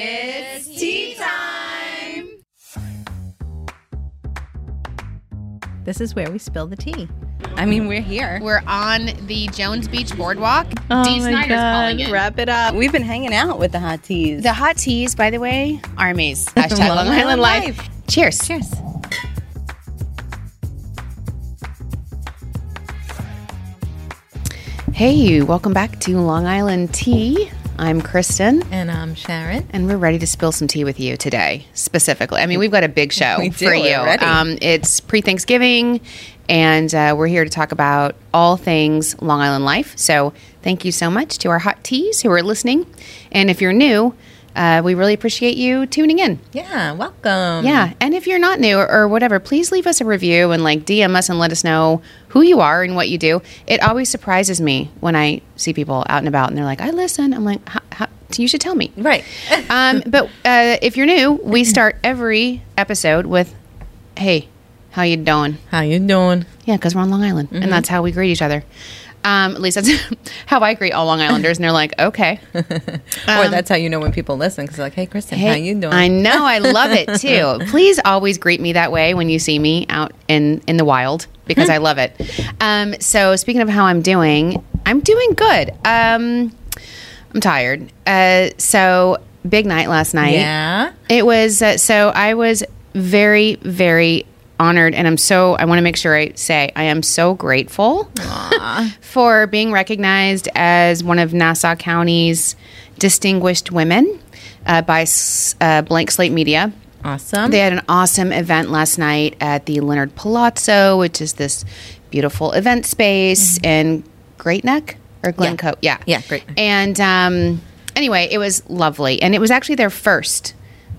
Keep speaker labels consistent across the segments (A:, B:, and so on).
A: It's tea time!
B: This is where we spill the tea. I mean, we're here.
A: We're on the Jones Beach Boardwalk.
B: Oh
A: Dee
B: my
A: Snyder's
B: God,
A: calling it.
B: Wrap it up. We've been hanging out with the hot teas.
A: The hot teas, by the way, are Maze. Hashtag Long Island Life. Cheers.
B: Cheers.
A: Hey, you. Welcome back to Long Island Tea. I'm Kristen,
B: And
C: um,
B: I'm Sharon.
A: and we're ready to spill some tea with you today, specifically. I mean, we've got a big show
B: We do,
A: for you.
B: we're ready.
A: Um, it's pre Thanksgiving, and uh, we're here to talk about all things Long Island life. So, thank you so much to our hot teas who are listening. And if you're new, uh, we really appreciate you tuning in.
C: Yeah, welcome.
A: Yeah, and if you're not new or, or whatever, please leave us a review and like DM us and let us know who you are and what you do. It always surprises me when I see people out and about and they're like, "I listen." I'm like, "How- how- "You should tell me."
C: Right.
A: um, but uh, if you're new, we start every episode with, "Hey, how you doing?"
C: How you doing?
A: Yeah, because we're on Long Island,
C: Mm-hmm.
A: and that's how we greet each other. Um, at least that's how I greet all Long Islanders, and they're like, "Okay."
C: or that's how you know when people listen because like, hey, Kristen, how you doing?
A: I know. I love it too. Please always greet me that way when you see me out in in the wild
C: Mm-hmm.
A: because I love it. Um, so speaking of how I'm doing, I'm doing good. Um, I'm tired. Uh, so big night last night.
C: yeah.
A: It was uh, so I was very very honored and I'm so I want to make sure I say I am so grateful for being recognized as one of Nassau County's distinguished women uh, by S- uh, Blank Slate Media.
C: Awesome.
A: They had an awesome event last night at the Leonard Palazzo, which is this beautiful event space in Great Neck or Glencoe. Yeah.
C: Mm-hmm. Yeah, Great Neck.
A: And um, anyway, it was lovely. And it was actually their first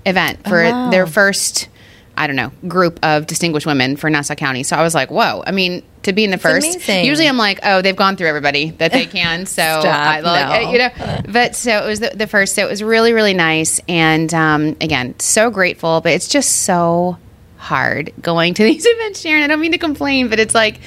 A: event for
C: Oh, wow.
A: their first, I don't know, group of distinguished women for Nassau County. So I was like, whoa. I mean, to be in the first,
C: amazing.
A: usually I'm like, oh, they've gone through everybody that they can. So I like,
C: no.
A: you know, but so it was the, the first. So it was really, really nice. And um, again, so grateful, but it's just so hard going to these events, Sharon. I don't mean to complain, but it's like,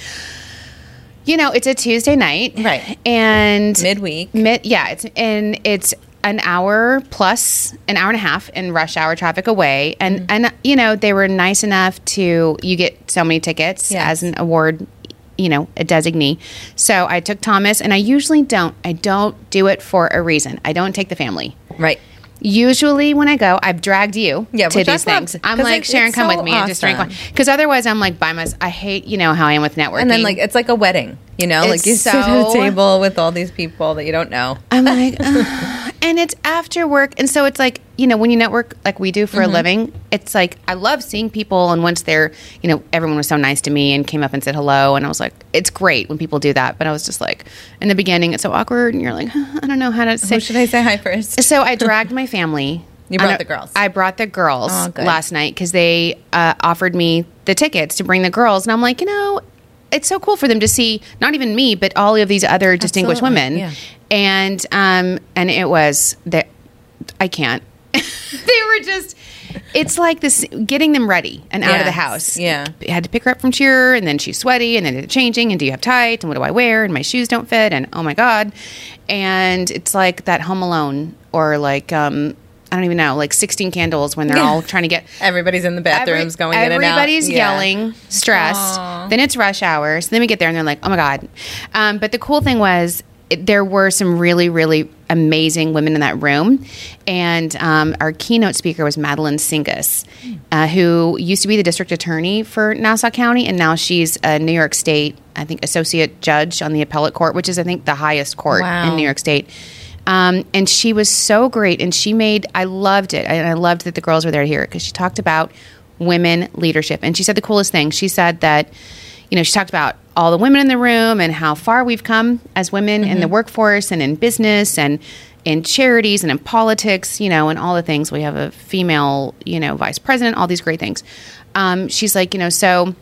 A: you know, it's a Tuesday night.
C: Right.
A: And
C: Midweek.
A: Mid, yeah, it's and it's an hour plus an hour and a half in rush hour traffic away, and
C: Mm-hmm.
A: and you know they were nice enough to you get so many tickets
C: Yes.
A: as an award, you know, a designee. So I took Thomas, and I usually don't. I don't do it for a reason. I don't take the family.
C: Right.
A: Usually when I go, I've dragged you
C: Yeah,
A: to
C: which I
A: these
C: love,
A: things. I'm
C: 'cause
A: like
C: it-
A: Sharon,
C: it's
A: come
C: so
A: with me and just drink
C: awesome.
A: one. Because otherwise, I'm like by myself. I hate you know how I am with networking.
C: And then like it's like a wedding, you know,
A: It's
C: like you sit at
A: so-
C: a table with all these people that you don't know.
A: I'm like, "Ugh." and it's after work, and so it's like you know when you network like we do for a living, it's like I love seeing people, and once they're you know everyone was so nice to me and came up and said hello, and I was like, it's great when people do that, but I was just like in the beginning it's so awkward, and you're like, "Huh, I don't know how to say.
C: Who should I say hi first?
A: So I dragged my family.
C: You brought
A: I know-
C: the girls.
A: I brought the girls
C: Oh, good.
A: last night because they uh, offered me the tickets to bring the girls, and I'm like, you know, it's so cool for them to see not even me, but all of these other distinguished
C: Absolutely,
A: women.
C: yeah.
A: And um, and it was that I can't. they were just. It's like this getting them ready and out of the
C: Yes,
A: house.
C: yeah.
A: I had to pick her up from cheer, and then she's sweaty, and then it's changing, and do you have tights, and what do I wear, and my shoes don't fit, and oh my god, and it's like that Home Alone or like um I don't even know, like sixteen candles when they're all trying to get.
C: Everybody's in the
A: every-
C: bathrooms going in and out.
A: everybody's
C: Yeah.
A: yelling, stressed.
C: Aw.
A: Then it's rush hour, so then we get there and they're like, "Oh my god!" Um, but the cool thing was, it, there were some really, really amazing women in that room, and um, our keynote speaker was Madeline Singus, uh, who used to be the district attorney for Nassau County, and now she's a New York State, I think, associate judge on the appellate court, which is, I think, the highest court in
C: Wow.
A: New York State. Um, and she was so great, and she made I loved it, and I loved that the girls were there to hear it because she talked about women leadership, and she said the coolest thing. She said that you know she talked about all the women in the room and how far we've come as women in the workforce and in business and in charities and in politics, you know, and all the things. We have a female, you know, vice president, all these great things. Um, she's like, you know, so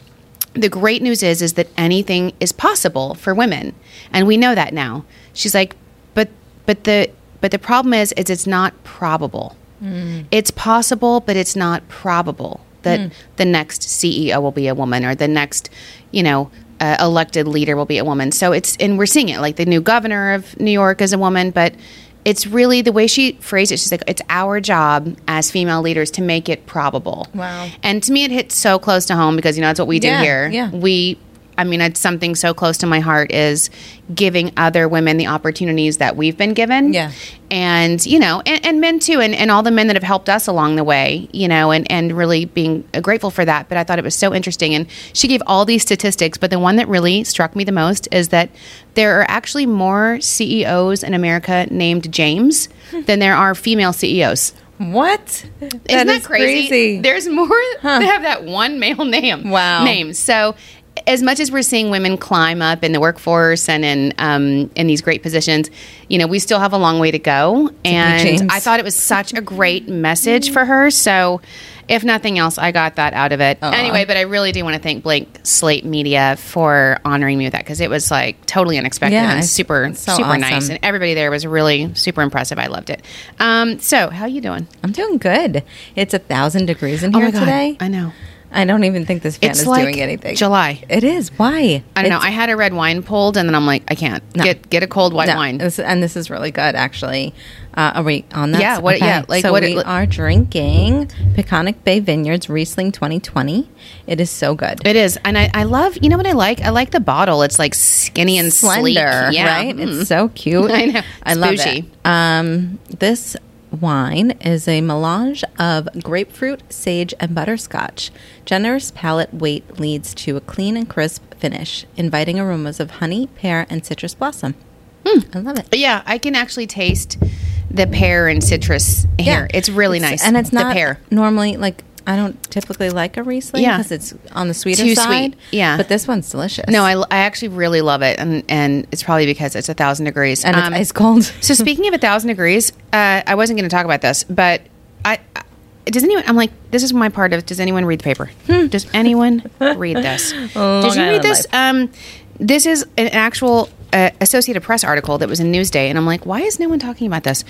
A: the great news is is that anything is possible for women and we know that now she's like but but the but the problem is is it's not probable it's possible but it's not probable that the next ceo will be a woman or the next you know uh, elected leader will be a woman so it's and we're seeing it like the new governor of new york is a woman but it's really the way she phrased it. She's like, it's our job as female leaders to make it probable.
C: Wow.
A: And to me, it hit so close to home because, you know, that's what we do
C: Yeah,
A: here.
C: yeah.
A: We, I mean, it's something so close to my heart is giving other women the opportunities that we've been given.
C: Yeah.
A: And, you know, and, and men too, and, and all the men that have helped us along the way, you know, and, and really being grateful for that. But I thought it was so interesting. And she gave all these statistics, but the one that really struck me the most is that there are actually more CEOs in America named James than there are female E CEOs.
C: What?
A: Isn't that crazy? There's more that have that one male name.
C: Wow.
A: Name. So, as much as we're seeing women climb up in the workforce and in um, in these great positions, you know, we still have a long way to go.
C: James.
A: And I thought it was such a great message for her. So, if nothing else, I got that out of it. Anyway, but I really do want to thank Blake Slate Media for honoring me with that because it was like totally unexpected
C: Yeah,
A: and
C: it's-
A: super
C: it's so
A: super nice.
C: awesome.
A: And everybody there was really super impressive. I loved it. Um, so, how you doing?
C: I'm doing good. It's a thousand degrees in here today.
A: Oh I know.
C: Oh I don't even think this fan
A: It's
C: is
A: like
C: doing anything.
A: July.
C: It is. Why?
A: I don't know. I had a red wine pulled, and then I'm like, I can't get get a cold white
C: No,
A: wine.
C: this- and this is really good, actually. Uh, are we on that?
A: Yeah, what- yeah, like
C: so
A: what it
C: we
A: look-
C: are drinking Peconic Bay Vineyards Riesling 2020. It is so good.
A: It is, and I, I love. You know what I like? I like the bottle. It's like skinny and sleek.
C: slender,
A: Yeah. Mm-hmm. Mm.
C: right? It's so cute.
A: I know.
C: I
A: It's
C: love
A: bougie.
C: it. Um, this wine is a melange of grapefruit, sage, and butterscotch. Generous palate weight leads to a clean and crisp finish, inviting aromas of honey, pear, and citrus blossom.
A: Hmm.
C: I love it.
A: But yeah, I can actually taste the pear and citrus here. It's really nice,
C: and it's not
A: the pear.
C: normally like. I don't typically like a Riesling
A: Yeah.
C: because it's on the sweeter
A: Too sweet.
C: side.
A: Yeah.
C: but this one's delicious.
A: No, I, I actually really love it, and and it's probably because it's a thousand degrees
C: and it's
A: Um,
C: ice cold.
A: So speaking of a thousand degrees, uh, I wasn't going to talk about this, but I, I does anyone? I'm like, this is my part of. Does anyone read the paper? Does anyone read this? Did you read
C: Island
A: this? Um, this is an actual uh, Associated Press article that was in Newsday, and I'm like, why is no one talking about this?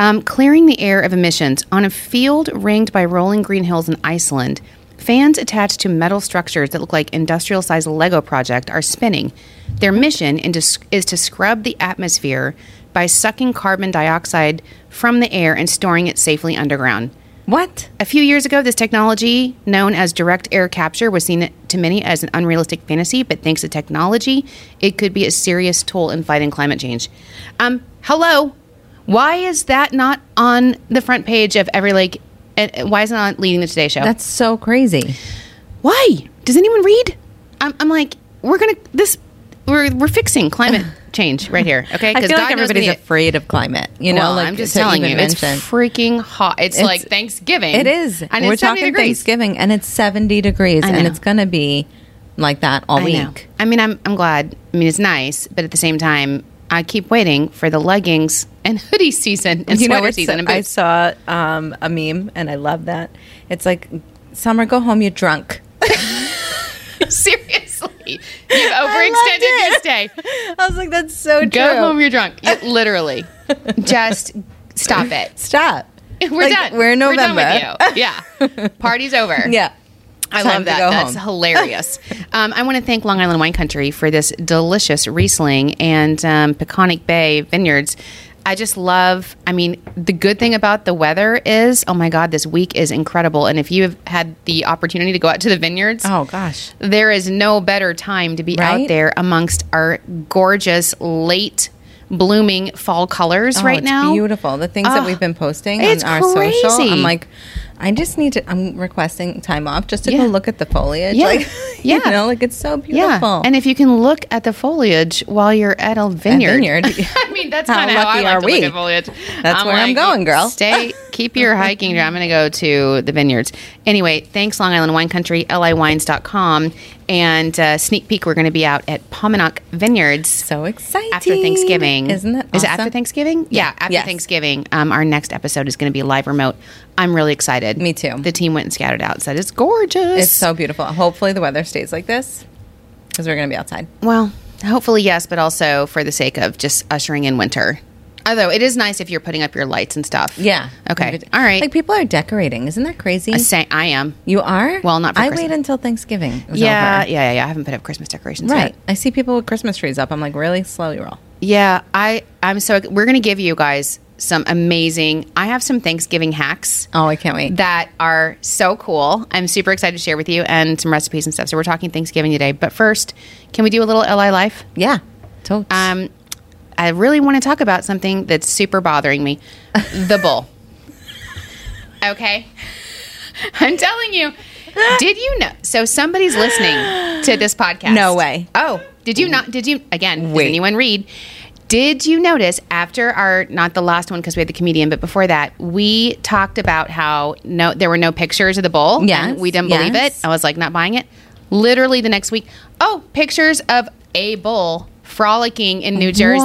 A: Um, clearing the air of emissions on a field ringed by rolling green hills in Iceland. Fans attached to metal structures that look like industrial sized Lego project are spinning. Their mission into, is to scrub the atmosphere by sucking carbon dioxide from the air and storing it safely underground.
C: what?
A: A few years ago, this technology, known as direct air capture, was seen to many as an unrealistic fantasy, but thanks to technology, it could be a serious tool in fighting climate change. Um, hello. Why is that not on the front page of every like? And and why is it not leading the Today Show?
C: That's so crazy.
A: why does anyone read? I'm, I'm like, we're gonna this, we're we're fixing climate change right here, okay?
C: I feel like
A: knows we
C: everybody's
A: need it.
C: afraid of climate. You know,
A: Well,
C: like
A: I'm just
C: to
A: telling you,
C: even
A: it's
C: mention.
A: freaking hot. It's,
C: It's-
A: like Thanksgiving.
C: It is.
A: and
C: We're
A: it's 70
C: talking
A: degrees.
C: Thanksgiving, and it's seventy degrees,
A: I
C: and
A: know.
C: it's going to be like that all
A: I know.
C: week.
A: I mean, I'm I'm glad. I mean, it's nice, but at the same time, I keep waiting for the leggings and hoodie season and sweater
C: it's-
A: season and
C: I
A: boots.
C: saw um, a meme, and I love that. It's like summer, go home, you drunk.
A: Seriously, you've overextended
C: I
A: this
C: loved
A: day.
C: I was like, that's so true.
A: Go home, you're drunk. You- literally, just stop it.
C: Stop.
A: We're
C: Like,
A: done.
C: We're in
A: done
C: November.
A: with you. Yeah, party's over.
C: Yeah.
A: I
C: Time
A: love
C: to
A: that.
C: go
A: That's
C: home.
A: hilarious. um, I want to thank Long Island Wine Country for this delicious Riesling and um, Peconic Bay Vineyards. I just love. I mean, the good thing about the weather is, oh my God, this week is incredible. And if you have had the opportunity to go out to the vineyards,
C: Oh gosh.
A: there is no better time to be out
C: Right?
A: there amongst our gorgeous late blooming fall colors
C: Oh,
A: right
C: it's
A: now.
C: Beautiful. The things
A: Ah,
C: that we've been posting
A: it's
C: on our social.
A: crazy.
C: I'm like, I just need to. I'm requesting time off just to
A: Yeah.
C: go look at the foliage.
A: Yeah.
C: Like, you
A: Yeah.
C: know, like it's so beautiful.
A: Yeah, and if you can look at the foliage while you're at a vineyard,
C: vineyard.
A: I mean, that's
C: How
A: kind of how, I
C: lucky
A: like
C: are
A: to
C: we?
A: look at foliage.
C: That's where I'm going, girl.
A: Stay, keep your hiking. I'm going to go to the vineyards. Anyway, thanks, Long Island Wine Country, liwines.com, and uh, sneak peek. We're going to be out at Pominock Vineyards.
C: so exciting
A: After Thanksgiving,
C: isn't that? Awesome?
A: Is it after Thanksgiving? Yeah, after
C: Yes.
A: Thanksgiving. Um, our next episode is going to be live remote. I'm really excited.
C: Me too.
A: The team went and scattered out. Said it's gorgeous.
C: It's so beautiful. Hopefully, the weather stays like this because we're gonna be outside.
A: Well, hopefully yes, but also for the sake of just ushering in winter. Although it is nice if you're putting up your lights and stuff.
C: Yeah.
A: Okay. All right.
C: Like people are decorating. Isn't that crazy?
A: Say I am.
C: you are.
A: Well, not for
C: I
A: Christmas.
C: wait until Thanksgiving. Is
A: Yeah,
C: Over.
A: yeah, yeah, yeah. I haven't put up Christmas decorations
C: Right.
A: yet.
C: I see people with Christmas trees up. I'm like, really slow, you roll.
A: Yeah, I I'm so we're going to give you guys some amazing. I have some Thanksgiving hacks
C: Oh, I can't wait.
A: that are so cool. I'm super excited to share with you and some recipes and stuff. So we're talking Thanksgiving today. But first, can we do a little LI life?
C: yeah. Totes.
A: Um, I really want to talk about something that's super bothering me the bull. Okay. I'm telling you. Did you know? So somebody's listening to this podcast.
C: No way.
A: Oh, did you not? Did you, again,
C: Wait.
A: did anyone read? Did you notice after our, not the last one because we had the comedian, but before that, we talked about how no, there were no pictures of the bowl.
C: Yes,
A: and We didn't believe it.
C: yes.
A: I was like, not buying it. Literally the next week, oh, pictures of a bull frolicking in New Jersey.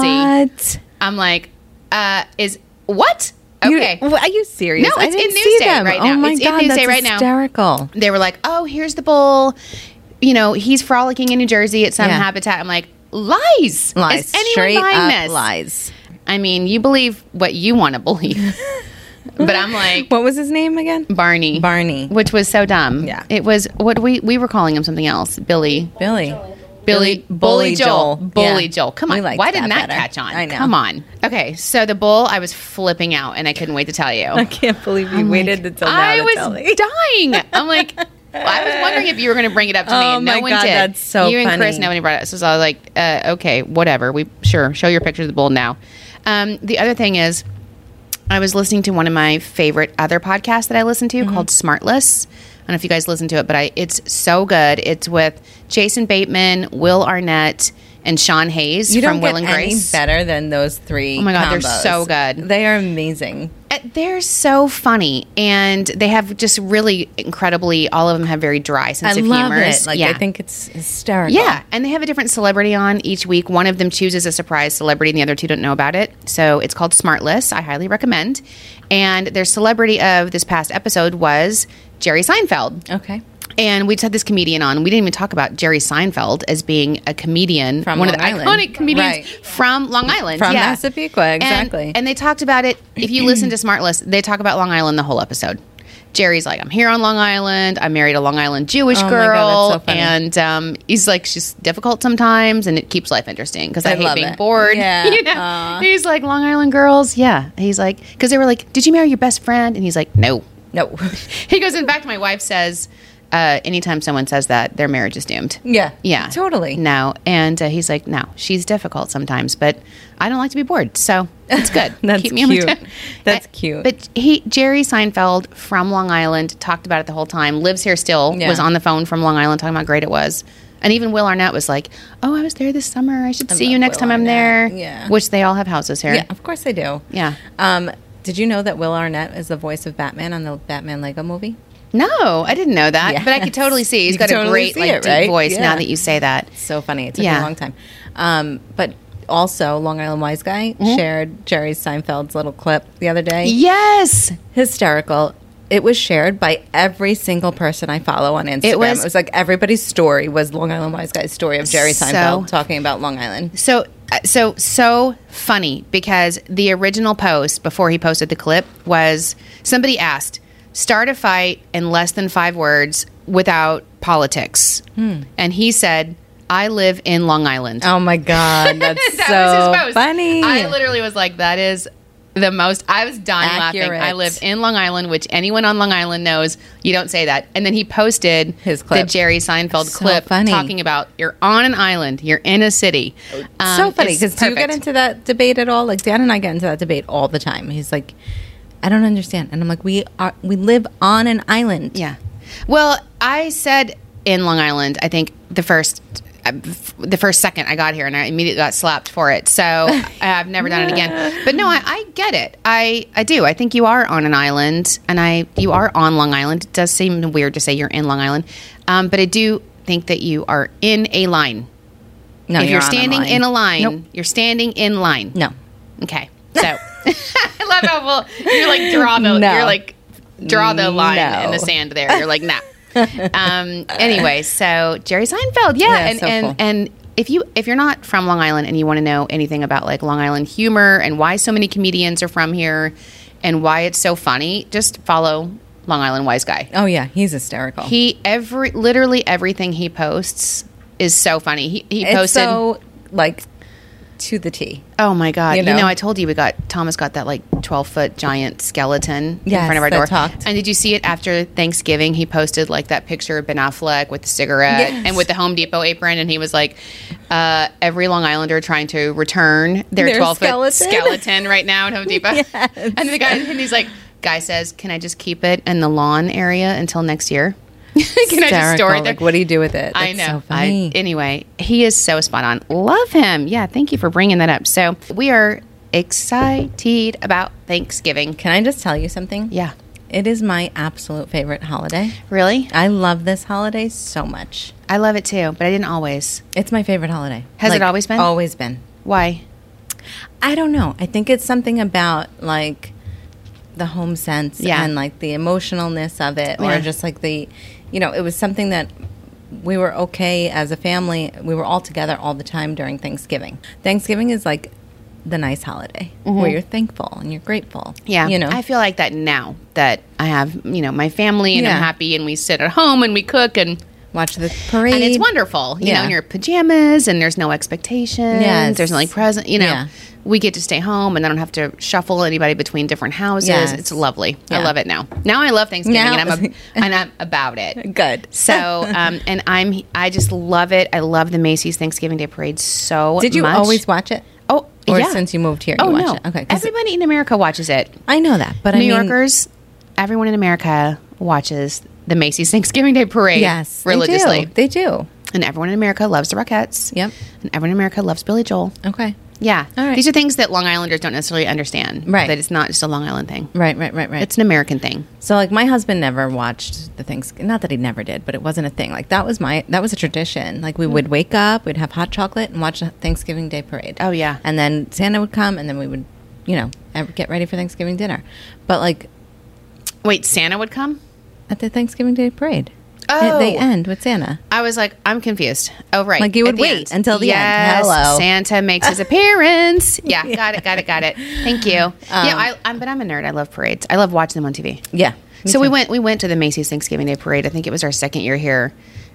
C: What?
A: I'm like, uh, is what?
C: You-
A: Okay.
C: w- are you serious?
A: No,
C: I
A: it's in
C: didn't see
A: Newsday
C: them.
A: right
C: Oh
A: now.
C: my
A: It's in
C: god,
A: Newsday
C: that's
A: right now.
C: hysterical.
A: they were like, oh, here's the bull. You know, he's frolicking in New Jersey at some
C: Yeah.
A: habitat. I'm like, lies.
C: Lies,
A: Is anyone
C: straight
A: buying
C: up
A: this?
C: lies.
A: I mean, you believe what you want to believe. but I'm like,
C: What was his name again?
A: Barney.
C: Barney.
A: Which was so dumb.
C: Yeah.
A: It was what we, we were calling him something else. Billy.
C: Billy.
A: Billy, Bully, Joel. Bully
C: Yeah.
A: Joel. Come
C: We
A: on.
C: liked
A: Why didn't that,
C: better.
A: catch on?
C: I know.
A: Come on. Okay. So the bull, I was flipping out and I couldn't wait to tell you.
C: I can't believe you waited until now
A: Oh I
C: to
A: was
C: tell me.
A: dying. I'm like, I was wondering if you were going to bring it up to me,
C: Oh
A: and no
C: my
A: one
C: God,
A: did.
C: that's so
A: you and Chris,
C: funny.
A: nobody brought it. up. So I was like, uh, okay, whatever. We sure show your picture of the bull now. Um, the other thing is, I was listening to one of my favorite other podcasts that I listen to
C: Mm-hmm.
A: called Smartless. I don't know if you guys listen to it, but I, it's so good. It's with Jason Bateman, Will Arnett, and Sean Hayes
C: You
A: from
C: don't
A: Will
C: get
A: and
C: any
A: Grace.
C: better than those three. Oh
A: my God, they're so good.
C: They are amazing.
A: Uh, They're so funny, and they have just really incredibly. All of them have very dry sense
C: I
A: of
C: love
A: humor.
C: it. Like I think it's hysterical.
A: yeah, and they have a different celebrity on each week. One of them chooses a surprise celebrity, and the other two don't know about it. So it's called Smartless. I highly recommend. And their celebrity of this past episode was Jerry Seinfeld.
C: Okay.
A: And we just had this comedian on. We didn't even talk about Jerry Seinfeld as being a comedian,
C: From
A: one of
C: Long
A: the
C: Island.
A: iconic comedians
C: Right.
A: from Long Island,
C: From
A: yeah.
C: Massapequa,
A: And-
C: exactly.
A: And, they talked about it. If you listen to Smartless, they talk about Long Island the whole episode. Jerry's like, I'm here on Long Island. I married a Long Island Jewish
C: Oh my God,
A: girl,
C: that's so funny.
A: and um, he's like, she's difficult sometimes, and it keeps life interesting because I,
C: I
A: hate
C: love
A: being
C: it.
A: bored.
C: Yeah.
A: You know?
C: Aw.
A: He's like, Long Island girls, yeah. He's like, because they were like, did you marry your best friend? And he's like, no
C: No.
A: he goes, in fact, my wife says, uh, anytime someone says that, their marriage is doomed.
C: yeah.
A: Yeah.
C: Totally.
A: No. And uh, he's like, no, she's difficult sometimes, but I don't like to be bored. So it's good.
C: That's cute.
A: toe.
C: That's
A: Uh,
C: cute.
A: But he, Jerry Seinfeld from Long Island talked about it the whole time, lives here still,
C: Yeah.
A: was on the phone from Long Island talking about how great it was. And even Will Arnett was like, oh, I was there this summer. I should see you
C: love
A: next
C: Will
A: time I'm
C: Arnett.
A: there.
C: Yeah.
A: Which they all have houses here.
C: Yeah, of course I do.
A: Yeah.
C: Um, did you know that Will Arnett is the voice of Batman on the Batman Lego movie?
A: No, I didn't know that, but I
C: Yes.
A: could totally see he's
C: You
A: got
C: could
A: a
C: totally
A: great
C: see
A: like
C: it,
A: deep
C: right?
A: voice. Now
C: Yeah.
A: that you say that,
C: So funny. It took me
A: Yeah.
C: a long time. Um, but also, Long Island Wise Guy shared Jerry Seinfeld's little clip the other day.
A: yes,
C: hysterical. It was shared by every single person I follow on Instagram. It was,
A: was-
C: like everybody's story was Long Island Wise Guy's story of Jerry
A: So-
C: Seinfeld talking about Long Island.
A: so uh, so so funny because the original post before he posted the clip was somebody asked start a fight in less than five words without politics, and he said, "I live in Long Island."
C: Oh my god, that's
A: that
C: so
A: was his post.
C: funny.
A: I literally was like, that is the most. I was dying
C: Accurate.
A: laughing. I live in Long Island, which anyone on Long Island knows. You don't say that. And then he posted
C: His clip.
A: the Jerry Seinfeld
C: So
A: clip,
C: funny.
A: talking about you're on an island, you're in a city. Um,
C: so funny
A: it's
C: because do you get
A: perfect.
C: into that debate at all? Like Dan and I get into that debate all the time. He's like, I don't understand, and I'm like, we are we live on an island.
A: Yeah. Well, I said in Long Island, I think the first uh, f- the first second I got here and I immediately got slapped for it. So I- I've never done it again. But no, I, I get it. I, I do. I think you are on an island and I you are on Long Island. It does seem weird to say you're in Long Island. Um, but I do think that you are in a line.
C: No,
A: if you're,
C: on
A: standing
C: line.
A: in a line,
C: Nope.
A: you're standing in line.
C: no.
A: Okay. So I love how well you're like draw the
C: No.
A: you're like draw the line
C: No.
A: in the sand there. You're like nah. um. Anyway, so Jerry Seinfeld, yeah,
C: Yeah,
A: and
C: so
A: and
C: cool.
A: and if you if you're not from Long Island and you want to know anything about like Long Island humor and why so many comedians are from here and why it's so funny, just follow Long Island Wise Guy.
C: Oh yeah, he's hysterical.
A: He every literally everything he posts is so funny. He he
C: it's
A: posted
C: so like to the T.
A: Oh my god!
C: You
A: You know,
C: know?
A: I told you we got Thomas got that like twelve foot giant skeleton
C: Yes,
A: in front of our
C: that
A: door.
C: talked.
A: And did you see it after Thanksgiving? He posted like that picture of Ben Affleck with the cigarette
C: Yes.
A: and with the Home Depot apron, and he was like, uh, "Every Long Islander trying to return their
C: Their
A: twelve foot
C: skeleton.
A: skeleton right now at Home Depot."
C: Yes.
A: And the guy and he's like, "Guy says, can I just keep it in the lawn area until next year? can I just store it
C: Hysterical.
A: there?"
C: Like, what do you do with it?
A: I
C: That's So
A: know.
C: funny.
A: I, anyway, he is so spot on. Love him. Yeah, thank you for bringing that up. So we are excited about Thanksgiving.
C: Can I just tell you something?
A: Yeah.
C: It is my absolute favorite holiday.
A: Really?
C: I love this holiday so much.
A: I love it too, but I didn't always.
C: It's my favorite holiday.
A: Has it always been?
C: Always been.
A: Why?
C: I don't know. I think it's something about like the home sense
A: Yeah.
C: and like the emotionalness of it, or
A: Yeah.
C: just like the, you know, it was something that we were okay as a family. We were all together all the time during Thanksgiving. Thanksgiving is like the nice holiday where you're thankful and you're grateful.
A: Mm-hmm. Yeah.
C: you know,
A: I feel like that now that I have, you know, my family and
C: Yeah.
A: I'm happy and we sit at home and we cook and
C: watch the parade.
A: and it's wonderful. You
C: Yeah.
A: know, in your pajamas and there's no expectations.
C: Yes.
A: There's no like present. You know,
C: Yeah.
A: we get to stay home and I don't have to shuffle anybody between different houses.
C: Yes.
A: It's lovely.
C: Yeah.
A: I love it now. Now I love Thanksgiving
C: Now-
A: and I'm ab- and I'm about it.
C: Good.
A: So, um, and I'm I just love it. I love the Macy's Thanksgiving Day Parade so.
C: Did you
A: much.
C: always watch it?
A: Oh,
C: Or
A: yeah.
C: since you moved here, you
A: Oh
C: watch
A: no.
C: it? Okay, 'cause-
A: Everybody in America watches it.
C: I know that, but
A: New
C: I mean,
A: Yorkers, everyone in America watches the Macy's Thanksgiving Day Parade.
C: yes, they do.
A: religiously.
C: they do.
A: And everyone in America loves the Rockettes.
C: Yep.
A: And everyone in America loves Billy Joel.
C: Okay.
A: Yeah.
C: All right.
A: These are things that Long Islanders don't necessarily understand.
C: Right.
A: That it's not just a Long Island thing.
C: Right, right, right, right.
A: It's an American thing.
C: So like my husband never watched the things not that he never did, but it wasn't a thing. Like that was my that was a tradition. Like
A: Hmm.
C: we would wake up, we'd have hot chocolate and watch the Thanksgiving Day parade.
A: Oh, yeah.
C: And then Santa would come and then we would, you know, ev- get ready for Thanksgiving dinner. But like
A: Wait, Santa would come?
C: at the Thanksgiving Day parade. it- they
A: Oh.
C: end with Santa.
A: I was like, I'm confused. Oh, right.
C: Like, you would
A: At the
C: wait until the end.
A: Yes,
C: Hello.
A: Santa makes his appearance. Yeah, Got it. Got it. Got it. Thank you.
C: Um,
A: yeah. I, I'm, but I'm a nerd. I love parades. I love watching them on TV.
C: Yeah. me
A: so we
C: too.
A: went we went to the Macy's Thanksgiving Day Parade. I think it was our second year here,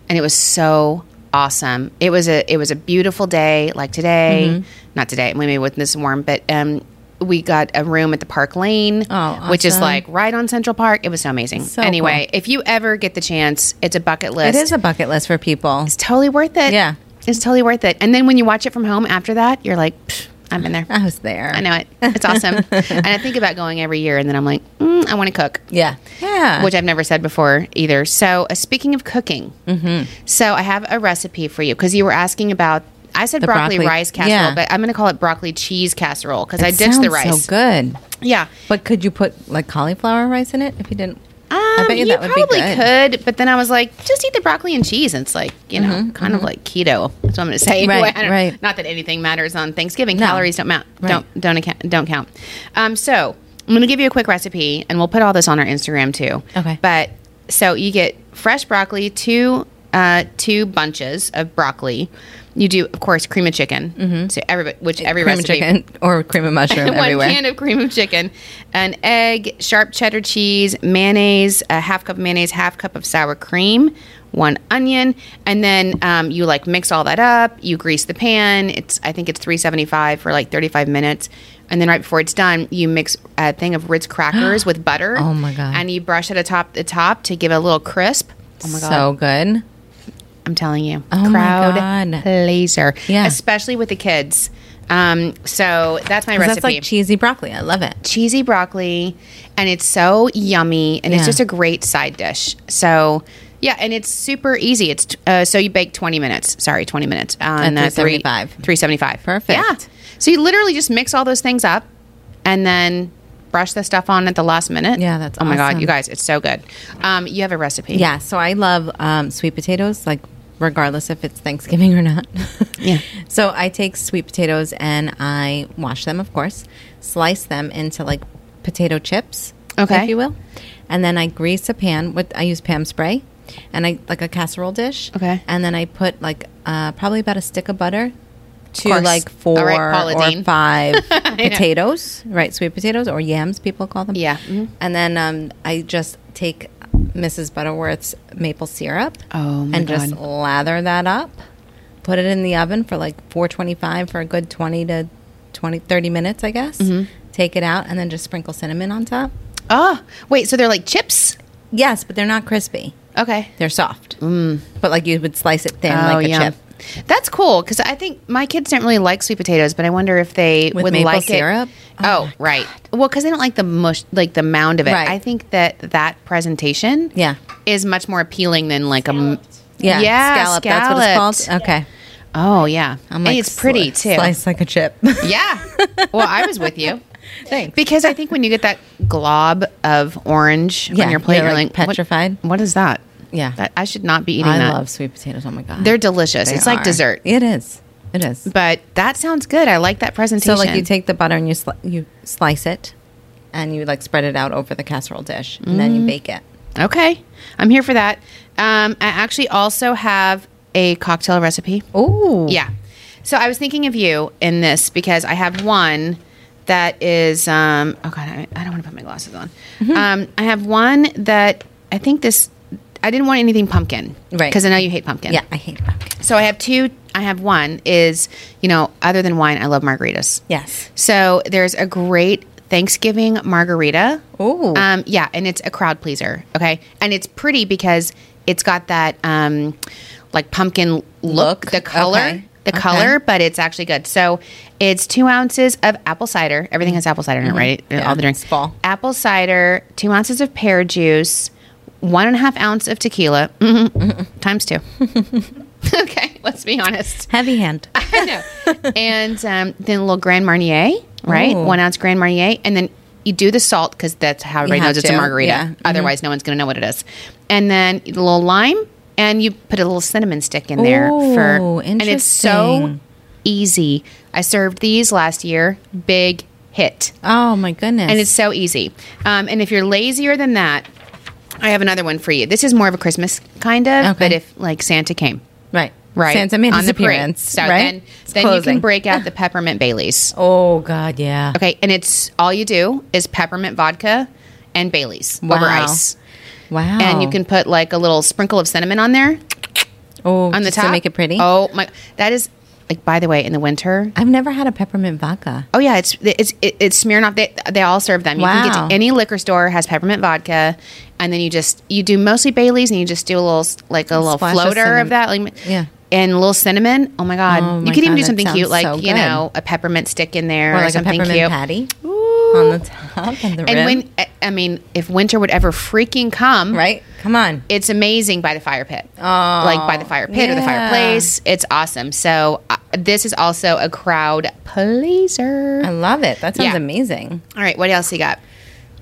A: and it was so awesome. It was a it was a beautiful day like today,
C: Mm-hmm.
A: not today. Maybe it wasn't this warm, but um, we got a room at the Park Lane,
C: Oh,
A: which is
C: awesome.
A: like right on Central Park. It was so amazing.
C: So
A: anyway, if you ever get the chance, it's a bucket list.
C: It is a bucket list for people.
A: It's totally worth it.
C: Yeah.
A: it's totally worth it. And then when you watch it from home after that, you're like, "Psh, I'm in there.
C: I was there.
A: I know it. It's awesome. and I think about going every year, and then I'm like, mm, I want to cook
C: Yeah. Yeah.
A: which I've never said before either. So, uh, speaking of cooking,
C: Mm-hmm.
A: so I have a recipe for you because you were asking about. I said
C: The
A: broccoli,
C: broccoli-
A: rice casserole,
C: yeah.
A: but I'm going to call it broccoli cheese casserole because I
C: It
A: ditched the
C: sounds
A: rice.
C: So good.
A: Yeah.
C: But could you put like cauliflower rice in it if you didn't? I
A: Um,
C: bet you,
A: you,
C: that would be
A: probably
C: good. Mm-hmm,
A: could, but then I was like, just eat the broccoli and cheese. And it's like, you know, kind of like keto. That's what I'm going to say.
C: Right,
A: Anyway, I don't-
C: right.
A: Not that anything matters on Thanksgiving.
C: No.
A: Calories don't count.
C: Right.
A: Don't don't account, don't count. Um, so I'm going to give you a quick recipe, and we'll put all this on our Instagram too.
C: Okay.
A: But so you get fresh broccoli, two uh, two bunches of broccoli. You do, of course, cream of chicken. Mm-hmm. So everybody, which every
C: cream
A: recipe,
C: of chicken or cream of mushroom
A: one
C: everywhere.
A: can of cream of chicken, an egg, sharp cheddar cheese, mayonnaise, a half cup of mayonnaise, half cup of sour cream, one onion, and then um, you like mix all that up. You grease the pan. It's I think it's three seventy five for like thirty five minutes, and then right before it's done, you mix a thing of Ritz crackers with butter.
C: Oh, my God.
A: And you brush it atop the top to give it a little crisp. Oh my god!
C: So good.
A: I'm telling you,
C: Oh my
A: crowd
C: God.
A: pleaser.
C: Yeah.
A: especially with the kids. Um, so that's my
C: 'Cause
A: recipe
C: That's like cheesy broccoli. I love it.
A: cheesy broccoli and it's so yummy and
C: Yeah.
A: it's just a great side dish so yeah and it's super easy it's uh, so you bake 20 minutes sorry 20 minutes on
C: At
A: uh, three-
C: 375.
A: 375
C: Perfect.
A: yeah so you literally just mix all those things up and then brush the stuff on at the last minute
C: Yeah, that's
A: oh my
C: awesome.
A: god you guys it's so good um, you have a recipe
C: Yeah. So I love um, sweet potatoes, like regardless if it's Thanksgiving or not.
A: Yeah.
C: So I take sweet potatoes and I wash them, of course, slice them into like potato chips,
A: Okay.
C: if you will, and then I grease a pan with I use Pam spray, and I like a casserole dish.
A: Okay.
C: And then I put like uh, probably about a stick of butter. To
A: course.
C: like
A: All
C: four
A: right, Paula
C: or
A: Deen.
C: five potatoes, right? Sweet potatoes or yams, people call them.
A: Yeah. Mhm.
C: And then um, I just take Mrs. Butterworth's maple syrup
A: Oh, my
C: and just
A: God.
C: lather that up put it in the oven for like 425 for a good 20 to 20, 30 minutes, I guess.
A: Mm-hmm.
C: Take it out and then just sprinkle cinnamon on top.
A: Oh, wait. So they're like chips.
C: Yes, but they're not crispy.
A: Okay.
C: They're soft. Mm. But like you would slice it thin like a
A: Oh, yum.
C: chip.
A: That's cool because I think my kids don't really like sweet potatoes, but I wonder if they
C: With
A: would
C: maple
A: like
C: syrup?
A: it. Oh, right. Well, because they don't like the mush, like the mound of it.
C: Right.
A: I think that that presentation,
C: Yeah.
A: is much more appealing than like a
C: Yeah.
A: yeah
C: scallop, that's what it's
A: scalloped.
C: called. Okay.
A: Oh yeah,
C: I'm
A: And
C: like,
A: it's pretty
C: sli-
A: too.
C: Slice like a chip.
A: Yeah. Well, I was with you.
C: Thanks.
A: Because I think when you get that glob of orange
C: Yeah,
A: on your plate,
C: you're,
A: you're
C: like,
A: like, what-
C: petrified.
A: what is that?
C: Yeah.
A: That- I should not be eating
C: I
A: that.
C: love sweet potatoes. Oh my god.
A: They're delicious.
C: They
A: it's
C: are.
A: like dessert.
C: It is. It is.
A: But that sounds good. I like that
C: so
A: presentation.
C: like you take the butter and you sli- you slice it and you like spread it out over the casserole dish and
A: Mm.
C: then you bake it.
A: Okay. I'm here for that. Um, I actually also have a cocktail recipe.
C: Ooh.
A: Yeah. So I was thinking of you in this because I have one that is. Um, oh God, I, I don't want to put my glasses on.
C: Mm-hmm.
A: Um, I have one that I think this. I didn't want anything pumpkin,
C: Right.
A: Because I know you hate pumpkin.
C: Yeah, I hate pumpkin.
A: So I have two. I have one is you know other than wine, I love margaritas.
C: Yes.
A: So there's a great Thanksgiving margarita.
C: Ooh.
A: Um, yeah, and it's a crowd pleaser. Okay, and it's pretty because it's got that um, like pumpkin look,
C: Look.
A: the color,
C: Okay.
A: the
C: Okay.
A: color, but it's actually good. So it's two ounces of apple cider. Everything has apple cider in it, right?
C: Mm-hmm. Yeah,
A: All the drinks.
C: it's fall.
A: Apple cider, two ounces of pear juice, one and a half ounce of tequila, times two. okay, let's be honest.
C: Heavy hand.
A: I know. and um, then a little Grand Marnier, right?
C: Ooh.
A: One ounce Grand Marnier, and then you do the salt because that's how everybody
C: have
A: knows it's a
C: to,
A: margarita.
C: yeah. Mhm.
A: Otherwise, no one's going to know what it is. And then a little lime, and you put a little cinnamon stick in there
C: Ooh,
A: for. And it's so
C: interesting.
A: easy. I served these last year. Big hit
C: Oh my goodness.
A: and it's so easy. Um, and if you're lazier than that, I have another one for you. This is more of a Christmas kind of,
C: Okay.
A: but if like Santa came,
C: right.
A: right
C: Santa made
A: on
C: his
A: the parade.
C: appearance.
A: So
C: right?
A: then,
C: It's
A: then you
C: closing.
A: can break out the peppermint Baileys.
C: Oh god, yeah.
A: Okay, and it's all you do is peppermint vodka and Baileys over
C: Wow. Oh.
A: ice,
C: Wow.
A: and you can put like a little sprinkle of cinnamon on there
C: oh,
A: on the
C: just
A: top
C: to make it pretty.
A: Oh my, that is like by the way in the winter.
C: I've never had a peppermint vodka.
A: Oh yeah, it's it's it- it's Smirnoff. They they all serve them. You
C: Wow.
A: can get to any liquor store has peppermint vodka, and then you just you do mostly Bailey's, and you just do a little s- like a little
C: Splash of
A: floater of,
C: cinnamon.
A: that, like
C: Yeah.
A: and a little cinnamon. Oh my god,
C: Oh, my
A: you
C: God,
A: could even do
C: that
A: something cute
C: sounds
A: like
C: so
A: you know a peppermint stick in there or,
C: or like a
A: something
C: peppermint
A: cute.
C: patty
A: Ooh.
C: on the top and the rim.
A: And when I- I mean, if winter would ever freaking come,
C: right? Come on.
A: It's amazing by the fire pit, oh,
C: Oh,
A: like by the fire pit or the
C: yeah.
A: fireplace. It's awesome. So uh, this is also a crowd pleaser.
C: I love it. That sounds
A: Yeah.
C: amazing.
A: All right, what else you got?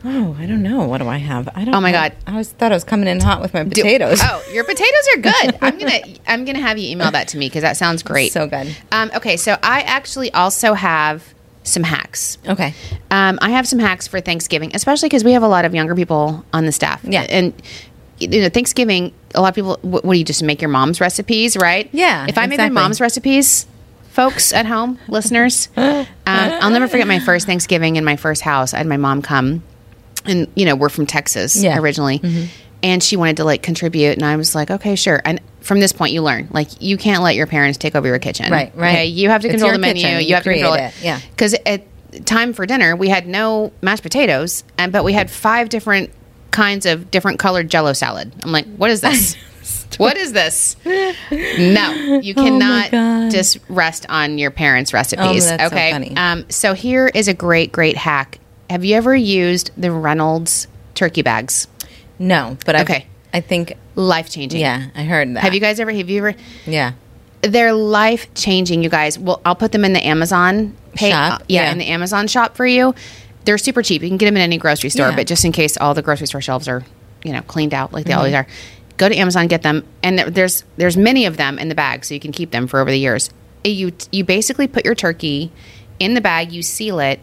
C: Oh, I don't know. What do I have? I don't.
A: Oh my
C: I-
A: God.
C: I always thought I was coming in hot with my
A: Do-
C: potatoes.
A: Oh, your potatoes are good. I'm gonna I'm gonna have you email that to me because that sounds great.
C: So good.
A: Um, okay, so I actually also have some hacks.
C: Okay.
A: Um, I have some hacks for Thanksgiving, especially because we have a lot of younger people on the staff.
C: Yeah.
A: and you know Thanksgiving, a lot of people. What, what do you just make your mom's recipes, right?
C: Yeah,
A: If I make my
C: exactly.
A: mom's recipes. Folks at home, listeners, um, I'll never forget my first Thanksgiving in my first house. I had my mom come, and you know we're from Texas
C: Yeah. Mm-hmm.
A: originally, and she wanted to like contribute, and I was like, okay, sure. And from this point, you learn like you can't let your parents take over your kitchen,
C: Right, right.
A: Okay, you have to
C: It's
A: control
C: your
A: the menu.
C: kitchen.
A: You,
C: You
A: have to control
C: create
A: it,
C: it. Yeah.
A: Because at time for dinner, we had no mashed potatoes, and but we had five different kinds of different colored Jello salad. I'm like, what is this? what is this? No, you cannot
C: Oh God. Oh,
A: just rest on your parents' recipes.
C: that's so
A: okay.
C: funny.
A: Um, so here is a great, great hack. Have you ever used the Reynolds turkey bags?
C: No, but I.
A: Okay.
C: I think.
A: Life changing.
C: Yeah, I heard that.
A: Have you guys ever? Have you ever?
C: Yeah.
A: they're life changing, you guys. Well, I'll put them in the Amazon pay-
C: Shop,
A: uh, yeah,
C: yeah.
A: in the Amazon shop for you. They're super cheap. You can get them in any grocery store,
C: Yeah.
A: but just in case all the grocery store shelves are, you know, cleaned out like they always
C: Mm-hmm.
A: are, go to Amazon get them. And there- there's there's many of them in the bag, so you can keep them for over the years. You you basically put your turkey in the bag, you seal it,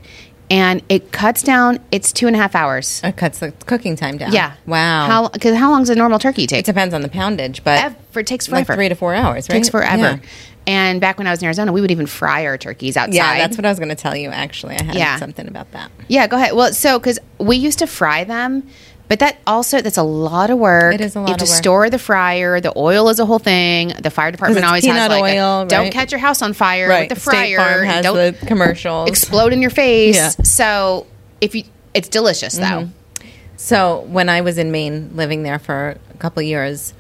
A: and it cuts down. It's two and a half hours.
C: It cuts the cooking time down.
A: Yeah.
C: Uh-huh. Wow.
A: How because how long does a normal turkey
C: it
A: take?
C: depends on the poundage, but
A: Ev- for- it takes
C: like
A: forever.
C: three to four hours. Right.
A: takes forever.
C: Yeah.
A: And back when I was in Arizona, we would even fry our turkeys outside.
C: Yeah, that's what I was going to tell you. Actually, I had
A: Yeah.
C: something about that.
A: Yeah, go ahead. Well, so because we used to fry them, but But that also that's a lot of work.
C: It is a lot
A: You have to
C: of work.
A: store the fryer. The oil is a whole thing. The fire department
C: it's
A: always
C: peanut
A: has like a,
C: oil,
A: don't
C: right?
A: catch your house on fire
C: Right.
A: with the
C: State
A: fryer.
C: Farm has
A: don't
C: the commercials.
A: explode in your face.
C: Yeah. Mm-hmm.
A: So if you, it's delicious though.
C: So when I was in Maine, living there for a couple of years,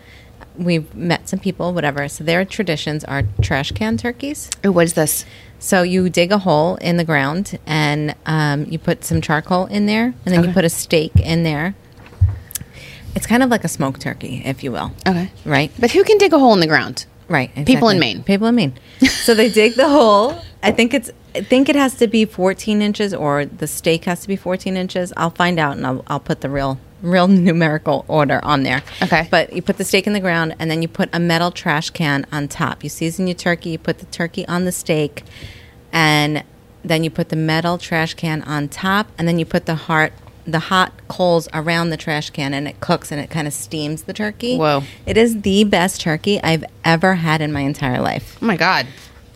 C: we met some people, whatever. So their traditions are trash can turkeys.
A: Ooh, what is this?
C: So you dig a hole in the ground and um, you put some charcoal in there, and then you
A: Okay.
C: put a steak in there. It's kind of like a smoked turkey, if you will.
A: Okay.
C: Right.
A: But who can dig a hole in the ground?
C: Right.
A: People
C: exactly.
A: in Maine.
C: People in Maine. So they dig the hole. I think it's. I think it has to be 14 inches, or the stake has to be 14 inches. I'll find out, and I'll, I'll put the real, real numerical order on there.
A: Okay.
C: But you put the steak in the ground, and then you put a metal trash can on top. You season your turkey. You put the turkey on the steak, and then you put the metal trash can on top, and then you put the heart. The hot coals around the trash can and it cooks and it kind of steams the turkey.
A: Whoa.
C: It is the best turkey I've ever had in my entire life.
A: Oh my god.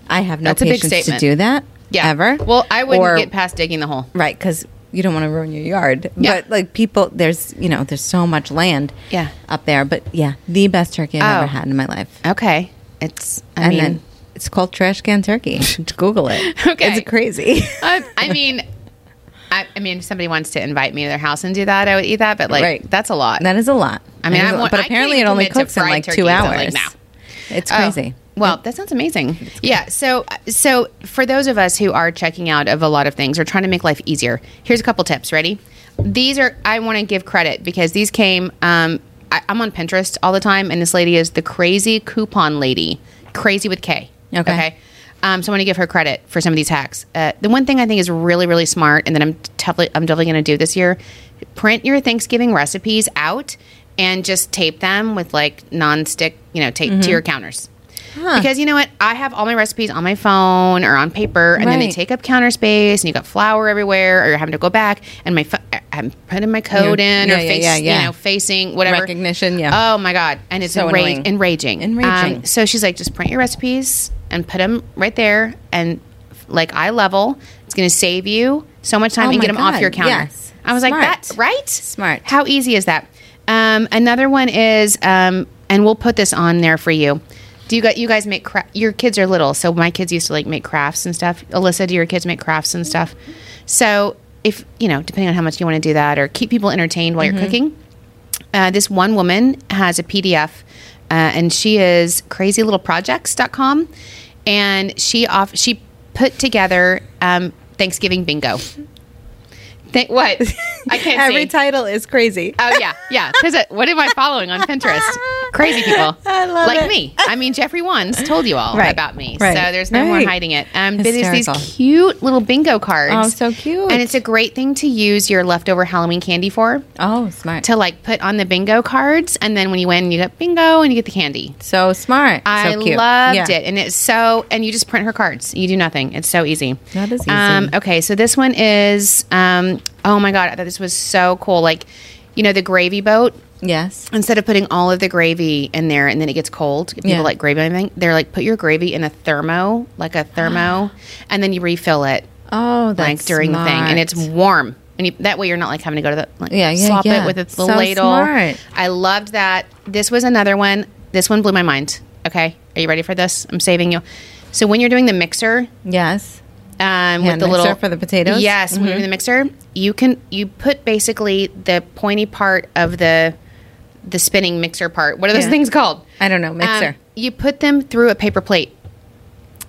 C: I have no
A: That's a big
C: patience to
A: statement.
C: do that.
A: Yeah.
C: Ever.
A: Well, I wouldn't
C: Or-
A: get past digging the hole.
C: right because you don't want to ruin your yard.
A: Yeah.
C: But like people, there's you know there's so much land.
A: Yeah.
C: Up there, but yeah, the best turkey I've
A: Oh.
C: ever had in my life.
A: Okay. It's. I
C: and
A: mean.
C: then it's called trash can turkey. Google it.
A: Okay.
C: It's crazy.
A: I, I mean, I, I mean, if somebody wants to invite me to their house and do that, I would eat that. But like,
C: Right.
A: that's a lot.
C: that is a lot.
A: I mean,
C: That is
A: I
C: a-
A: want-
C: but
A: I can't
C: apparently it
A: even
C: only
A: commit to
C: cooks in
A: fried
C: like
A: turkeys.
C: two
A: I'm
C: hours.
A: like, no.
C: It's
A: Oh,
C: crazy.
A: well, that sounds amazing. Yeah. So, so for those of us who are checking out of a lot of things or trying to make life easier, here's a couple tips. Ready? These are I want to give credit because these came. Um, I, I'm on Pinterest all the time, and this lady is the crazy coupon lady, crazy with K.
C: Okay.
A: Um, so I want to give her credit for some of these hacks. Uh, the one thing I think is really, really smart, and that I'm definitely, I'm definitely going to do this year: print your Thanksgiving recipes out and just tape them with like nonstick, you know, tape to your
C: Mm-hmm.
A: counters. Because you know what, I have all my recipes on my phone or on paper, and then they
C: Right.
A: take up counter space, and you got flour everywhere, or you're having to go back. And my, pho- I- I'm putting my code in, or
C: yeah, yeah,
A: face,
C: yeah, yeah.
A: you know, facing whatever
C: Recognition, yeah.
A: Oh my god, and it's
C: So
A: enra-
C: annoying.
A: enraging,
C: Enraging.
A: Um, so she's like, just print your recipes and put them right there, and like eye level. It's going to save you so much time
C: Oh
A: and
C: my
A: get them off
C: God,
A: your counter.
C: yes.
A: I was like,
C: Smart.
A: that's right,
C: Smart.
A: How easy is that? Um, another one is, um, and we'll put this on there for you. Do you got you guys make cra- your kids are little, so my kids used to like make crafts and stuff. Alyssa, do your kids make crafts and stuff? So if you know, depending on how much you want to do that, or keep people entertained while you're
C: Mm-hmm.
A: cooking uh, this one woman has a PDF, uh, and she is crazylittleprojects.com, and she off she put together um, Thanksgiving bingo. Think what? I can't
C: Every
A: see.
C: title is crazy.
A: Oh yeah, yeah. Because what am I following on Pinterest? Crazy people
C: I love
A: like
C: it.
A: me. I mean, Jeffrey Wands told you all
C: Right,
A: about me,
C: right,
A: so there's no more
C: right.
A: hiding it. Um, but there's these
C: Hysterical.
A: cute little bingo cards.
C: Oh, so cute.
A: And it's a great thing to use your leftover Halloween candy for
C: oh, smart.
A: to like put on the bingo cards, and then when you win, you get bingo and you get the candy.
C: so smart.
A: I
C: so cute.
A: loved
C: Yeah.
A: it, and it's so. And you just print her cards. You do nothing. It's so easy.
C: That is easy.
A: Um, okay, so this one is. Um, oh my god, I thought this was so cool. Like, you know, the gravy boat.
C: Yes.
A: Instead of putting all of the gravy in there and then it gets cold, if people
C: Yeah.
A: like gravy, or anything they're like put your gravy in a thermo, like a thermo, and then you refill it
C: Oh, that's
A: like during the thing, and it's
C: smart.
A: warm. And you, that way, you're not like having to go to the like,
C: Yeah, yeah,
A: slop
C: yeah.
A: it with a little
C: So
A: ladle.
C: smart.
A: I loved that. This was another one. This one blew my mind. Okay, are you ready for this? I'm saving you. So when you're doing the mixer
C: yes.
A: um, with
C: Hand
A: the
C: mixer
A: little
C: for the potatoes? Mm-hmm.
A: yes, when you're doing the mixer, you can you put basically the pointy part of the the spinning mixer part. What are those
C: Yeah.
A: things called?
C: I don't know, mixer.
A: Um, you put them through a paper plate,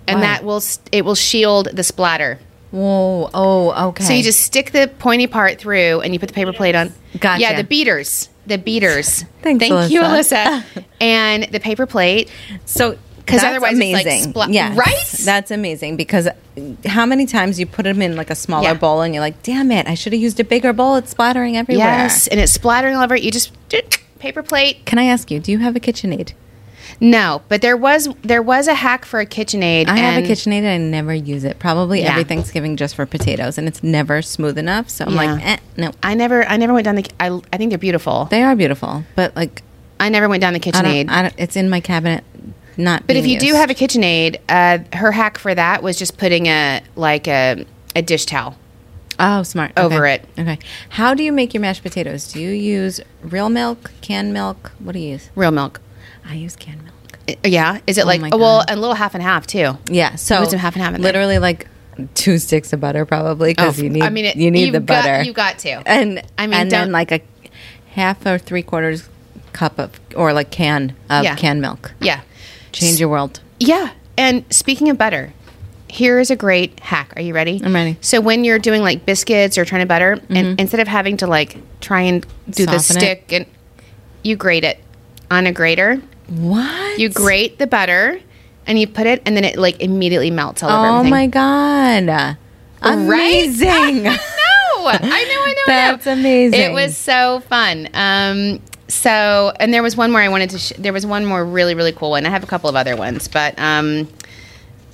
A: and
C: Wow.
A: that will s- it will shield the splatter.
C: Whoa! Oh, okay.
A: So you just stick the pointy part through, and you put the paper plate on.
C: Gotcha.
A: Yeah, the beaters, the beaters.
C: Thanks,
A: Thank you,
C: Alyssa.
A: Alyssa. and the paper plate.
C: so
A: 'Cause
C: that's
A: otherwise it's like splat-
C: yeah,
A: Right?
C: That's amazing because how many times you put them in like a smaller
A: Yeah.
C: bowl and you're like, damn it, I should have used a bigger bowl. It's splattering everywhere.
A: Yes, and it's splattering all over. it. You just paper plate.
C: Can I ask you? Do you have a KitchenAid?
A: No, but there was there was a hack for a KitchenAid.
C: I have
A: and-
C: a KitchenAid and I never use it. Probably
A: Yeah.
C: every Thanksgiving just for potatoes, and it's never smooth enough. So I'm like,
A: Yeah.
C: eh, no.
A: I never I never went down the. I I think they're beautiful.
C: They are beautiful, but like,
A: I never went down the
C: I
A: KitchenAid.
C: don't, I don't, it's in my cabinet. Not.
A: But if you do have a KitchenAid, uh, her hack for that was just putting a like a a dish towel
C: Oh, smart.
A: over
C: Okay.
A: it.
C: Okay. How do you make your mashed potatoes? Do you use real milk, canned milk? What do you use?
A: Real milk.
C: I use canned milk.
A: I- Yeah. Is it like
C: my
A: oh, well
C: God.
A: a little half and half too?
C: Yeah. So
A: put some half and half in there.
C: literally like two sticks of butter probably because
A: Oh,
C: you need
A: I mean, it-
C: you need
A: you've
C: the
A: got-
C: butter.
A: you got to.
C: And I
A: I mean,
C: mean and then
A: don't-
C: like a half or three quarters cup of or like can of
A: Yeah.
C: canned milk.
A: Yeah.
C: Change your world.
A: Yeah. And speaking of butter, here is a great hack. Are you ready?
C: I'm ready. Mm-hmm.
A: So when you're doing like biscuits or trying to butter, and instead of having to like try and do the
C: Soften it.
A: stick and you grate it on a grater.
C: What?
A: You grate the butter and you put it and then it like immediately melts all over
C: Oh
A: everything.
C: my god. Amazing.
A: No, I know, I know.
C: That's
A: I know.
C: amazing.
A: It was so fun. Um, so, and there was one more I wanted to. Sh- there was one more really really cool one. I have a couple of other ones, but um,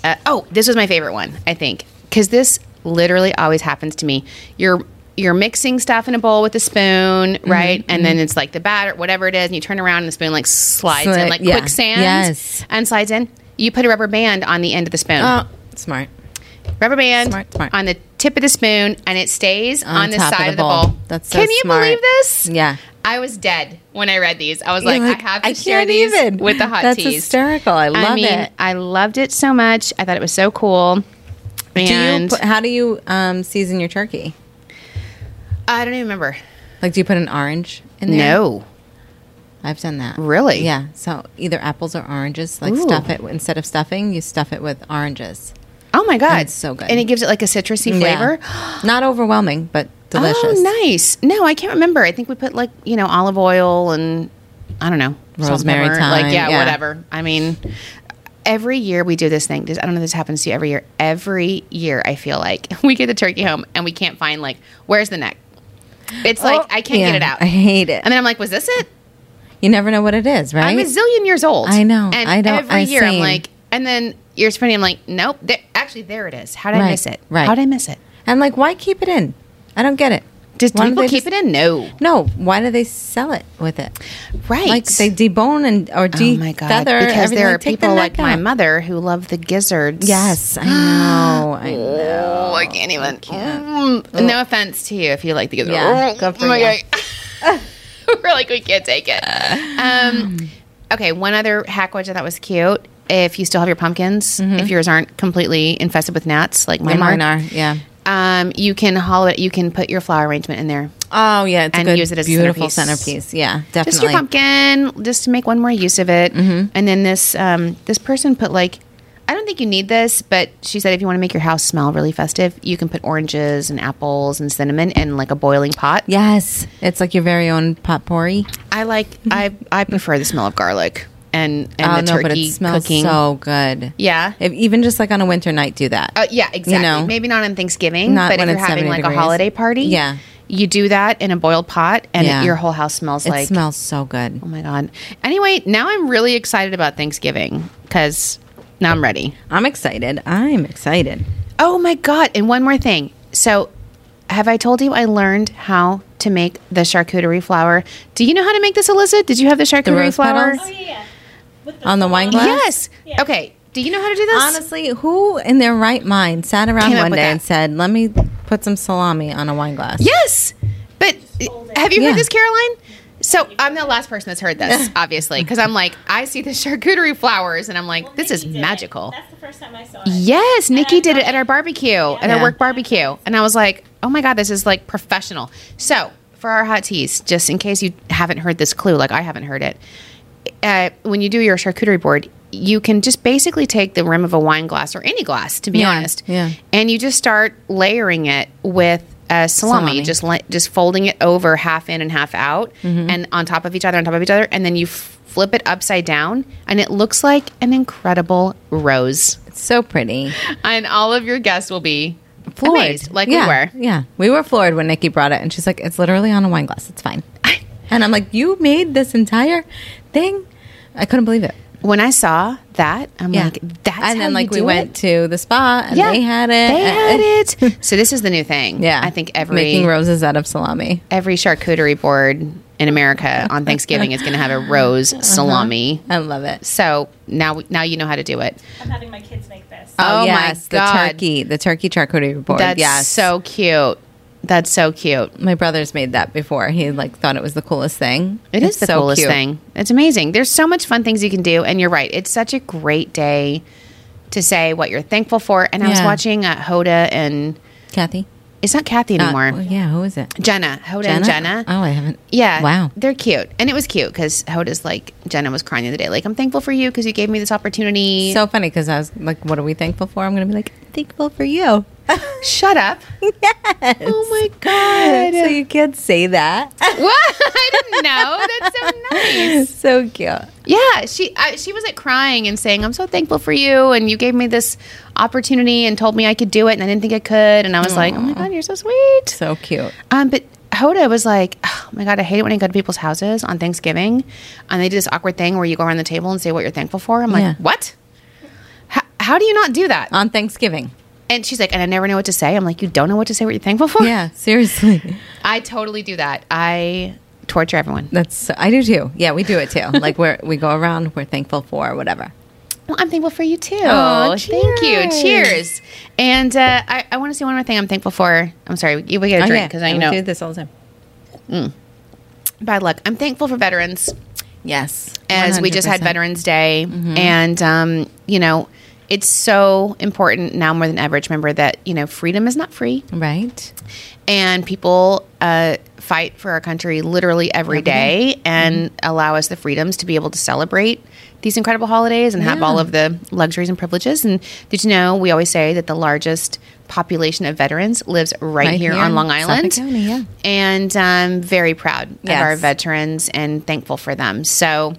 A: uh, oh, this was my favorite one I think because this literally always happens to me. You're you're mixing stuff in a bowl with a spoon,
C: Mm-hmm,
A: right? And then it's like the batter, whatever it is, and you turn around and the spoon like slides in
C: Sli-
A: like
C: yeah.
A: quicksand,
C: Yes.
A: and slides in. You put a rubber band on the end of the spoon
C: Oh, smart.
A: rubber band
C: Smart, smart.
A: on the tip of the spoon and it stays on, the
C: top of
A: side
C: the
A: of the bowl.
C: bowl. That's so
A: Can you
C: smart.
A: believe this?
C: Yeah.
A: I was dead when I read these. I was like,
C: You're
A: I have to share these with the hot
C: That's
A: teas.
C: hysterical. I love
A: mean,
C: it.
A: I loved it so much. I thought it was so cool. And
C: do you, pu- how do you um, season your turkey?
A: I don't even remember.
C: Like, do you put an orange in there?
A: No.
C: I've done that.
A: Really?
C: Yeah. So either apples or oranges. Like
A: Ooh.
C: stuff it instead of stuffing, you stuff it with oranges.
A: Oh my god,
C: it's so good.
A: And it gives it like a citrusy
C: Yeah.
A: flavor.
C: Not overwhelming, but delicious.
A: Oh, nice. No, I can't remember. I think we put like you know olive oil and I don't know salt and
C: Rosemary
A: pepper.
C: thyme,
A: Like yeah,
C: yeah.
A: whatever. I mean, every year we do this thing. This, I don't know. if This happens to you every year. Every year, I feel like we get the turkey home and we can't find like where's the neck. It's like I can't get
C: Oh, Yeah,
A: it out.
C: I hate it.
A: And then I'm like, was this it?
C: you never know what it is, right?
A: I'm a zillion years old.
C: I know.
A: And
C: I don't-
A: every
C: I
A: year I'm
C: same.
A: like, and then years funny. I'm like, nope. There, actually, there it is. How did I
C: Right,
A: miss it?
C: right.
A: How did I miss it?
C: And like, why keep it in? I don't get it.
A: Just
C: Why don't
A: do people
C: they
A: keep
C: just-
A: it in? No.
C: No, why do they sell it with it?
A: Right.
C: Like they debone and or
A: Oh
C: de
A: my god!
C: feather
A: because
C: everything.
A: there are
C: Like, take the
A: people like
C: neck
A: my
C: out.
A: mother who love the gizzards.
C: Yes, I know. I know.
A: Oh, I can't even. Mm. no offense to you if you like the gizzards.
C: Yeah, go for
A: my
C: you.
A: God. We're like we can't take it. Um, okay, one other hack which I thought was cute. If you still have your pumpkins, if yours aren't completely infested with gnats like mine,
C: Yeah, mine
A: are,
C: Mm-hmm. are. Yeah.
A: Um, you can hollow it. You can put your flower arrangement in there.
C: Oh yeah, it's
A: And
C: a good,
A: use it as a
C: beautiful
A: centerpiece.
C: centerpiece. Yeah, definitely.
A: just your pumpkin, just to make one more use of it.
C: Mm-hmm.
A: And then this um, this person put like, I don't think you need this, but she said if you want to make your house smell really festive, you can put oranges and apples and cinnamon in like a boiling pot.
C: Yes, it's like your very own potpourri.
A: I like I I prefer the smell of garlic and and
C: Mm-hmm. oh
A: the
C: no,
A: turkey
C: but it smells
A: cooking.
C: so good.
A: Yeah.
C: if, even just like on a winter night, do that.
A: Uh, yeah, exactly.
C: know?
A: Maybe not on Thanksgiving,
C: Not
A: but if
C: when
A: you're
C: it's
A: having
C: 70
A: like a
C: degrees.
A: holiday party,
C: Yeah.
A: you do that in a boiled pot, and
C: Yeah.
A: your whole house smells
C: it
A: like
C: smells so good.
A: Oh my god. Anyway, now I'm really excited about Thanksgiving because now I'm ready.
C: I'm excited. I'm excited.
A: Oh my god! And one more thing. So, have I told you I learned how to make the charcuterie flower? Do you know how to make this, Alyssa? Did you have the charcuterie
C: rose
A: flower?
C: petals?
D: Yeah, yeah. With
C: On the wine glass.
A: Yes.
D: Yeah.
A: Okay. Do you know how to do this?
C: Honestly, who in their right mind sat around
A: Came up
C: one
A: with
C: day
A: that.
C: and said, "Let me put some salami on a wine glass"?
A: Yes. But
D: fold it.
A: have you
C: Yeah.
A: heard this, Caroline? So I'm the last person that's heard this, obviously, because I'm like, I see the charcuterie flowers, and I'm like,
D: Well,
A: this
D: Nikki
A: is
D: did it.
A: magical.
D: That's the first time I saw it.
A: Yes, Nikki
D: I'm
A: did it
D: not-
A: at our barbecue, at our
C: Yeah.
A: work barbecue. And I was like, oh my God, this is like professional. So, for our hot teas, just in case you haven't heard this clue, like I haven't heard it, uh, when you do your charcuterie board, you can just basically take the rim of a wine glass or any glass, to be
C: Yeah,
A: honest,
C: yeah.
A: and you just start layering it with uh, salami,
C: Salami.
A: just li- just folding it over half in and half out,
C: Mm-hmm.
A: and on top of each other, on top of each other, and then you f- flip it upside down, and it looks like an incredible rose
C: It's so pretty.
A: and all of your guests will be
C: Floored,
A: amazed, like
C: yeah,
A: we were.
C: Yeah, we were floored when Nikki brought it, and she's like, "It's literally on a wine glass. It's fine." and I'm like, "You made this entire thing." I couldn't believe it.
A: When I saw that, I'm like, that's
C: and
A: how
C: then like
A: you
C: we
A: do
C: went
A: it?
C: to the spa and they had it.
A: They
C: and-
A: had it. so this is the new thing.
C: Yeah,
A: I think every
C: making roses out of salami.
A: every charcuterie board in America on Thanksgiving is going to have a rose
C: Uh-huh.
A: salami.
C: I love it.
A: So now now you know how to do it.
D: I'm having my kids make this.
A: Oh, my
C: yes,
A: God.
C: the turkey, the turkey charcuterie board.
A: That's
C: yes,
A: so cute. That's so cute.
C: My brother's made that before. He like thought it was the coolest thing.
A: It is
C: It's
A: the
C: so
A: coolest
C: cute.
A: thing. It's amazing. There's so much fun things you can do, and you're right. It's such a great day to say what you're thankful for. And I was
C: Yeah.
A: watching uh, Hoda and
C: Kathy.
A: it's not Kathy
C: Uh,
A: anymore.
C: well, yeah, who is it?
A: Jenna, Hoda and Jenna.
C: Oh, I haven't.
A: Yeah.
C: Wow.
A: They're cute. And it was cute because Hoda's like, Jenna was crying the other day, like, I'm thankful for you because you gave me this opportunity.
C: So funny because I was like, "What are we thankful for?" I'm gonna be like, "Thankful for you."
A: shut up.
C: yes.
A: Oh my God.
C: So you can't say that.
A: what? I didn't know. That's so nice.
C: so cute.
A: Yeah, she I, she was like crying and saying, "I'm so thankful for you, and you gave me this opportunity and told me I could do it, and I didn't think I could." And I was like, "Oh my god, you're so sweet."
C: So cute.
A: um, but Hoda was like, "Oh my god, I hate it when I go to people's houses on Thanksgiving, and they do this awkward thing where you go around the table and say what you're thankful for." I'm like,
C: Yeah. Uh.
A: "What? How, how do you not do that?"
C: On Thanksgiving.
A: And she's like, "And I never know what to say." I'm like, "You don't know what to say what you're thankful for?"
C: Yeah, seriously.
A: I totally do that. I torture everyone.
C: That's I do too. Yeah, we do it too. Like we are we go around, we're thankful for whatever.
A: Well, I'm thankful for you too.
C: Aw,
A: Thank you.
C: cheers.
A: Cheers. And uh, I, I want to say one more thing I'm thankful for. I'm sorry, we, we
C: Oh,
A: get a drink because I
C: we
A: know
C: do this all the time.
A: bad luck. I'm thankful for veterans
C: Yes,
A: as we just
C: 100%.
A: had Veterans Day.
C: Mm-hmm.
A: And, um, you know, it's so important now more than ever to remember that, you know, freedom is not free.
C: Right.
A: and people uh, fight for our country literally every day
C: Mm-hmm.
A: and allow us the freedoms to be able to celebrate these incredible holidays and have all of the luxuries and privileges. And did you know we always say that the largest population of veterans lives right,
C: Right
A: here,
C: here
A: on
C: in
A: Long
C: Suffolk
A: Island?
C: County, yeah.
A: And I'm very proud
C: Yes.
A: of our veterans and thankful for them. So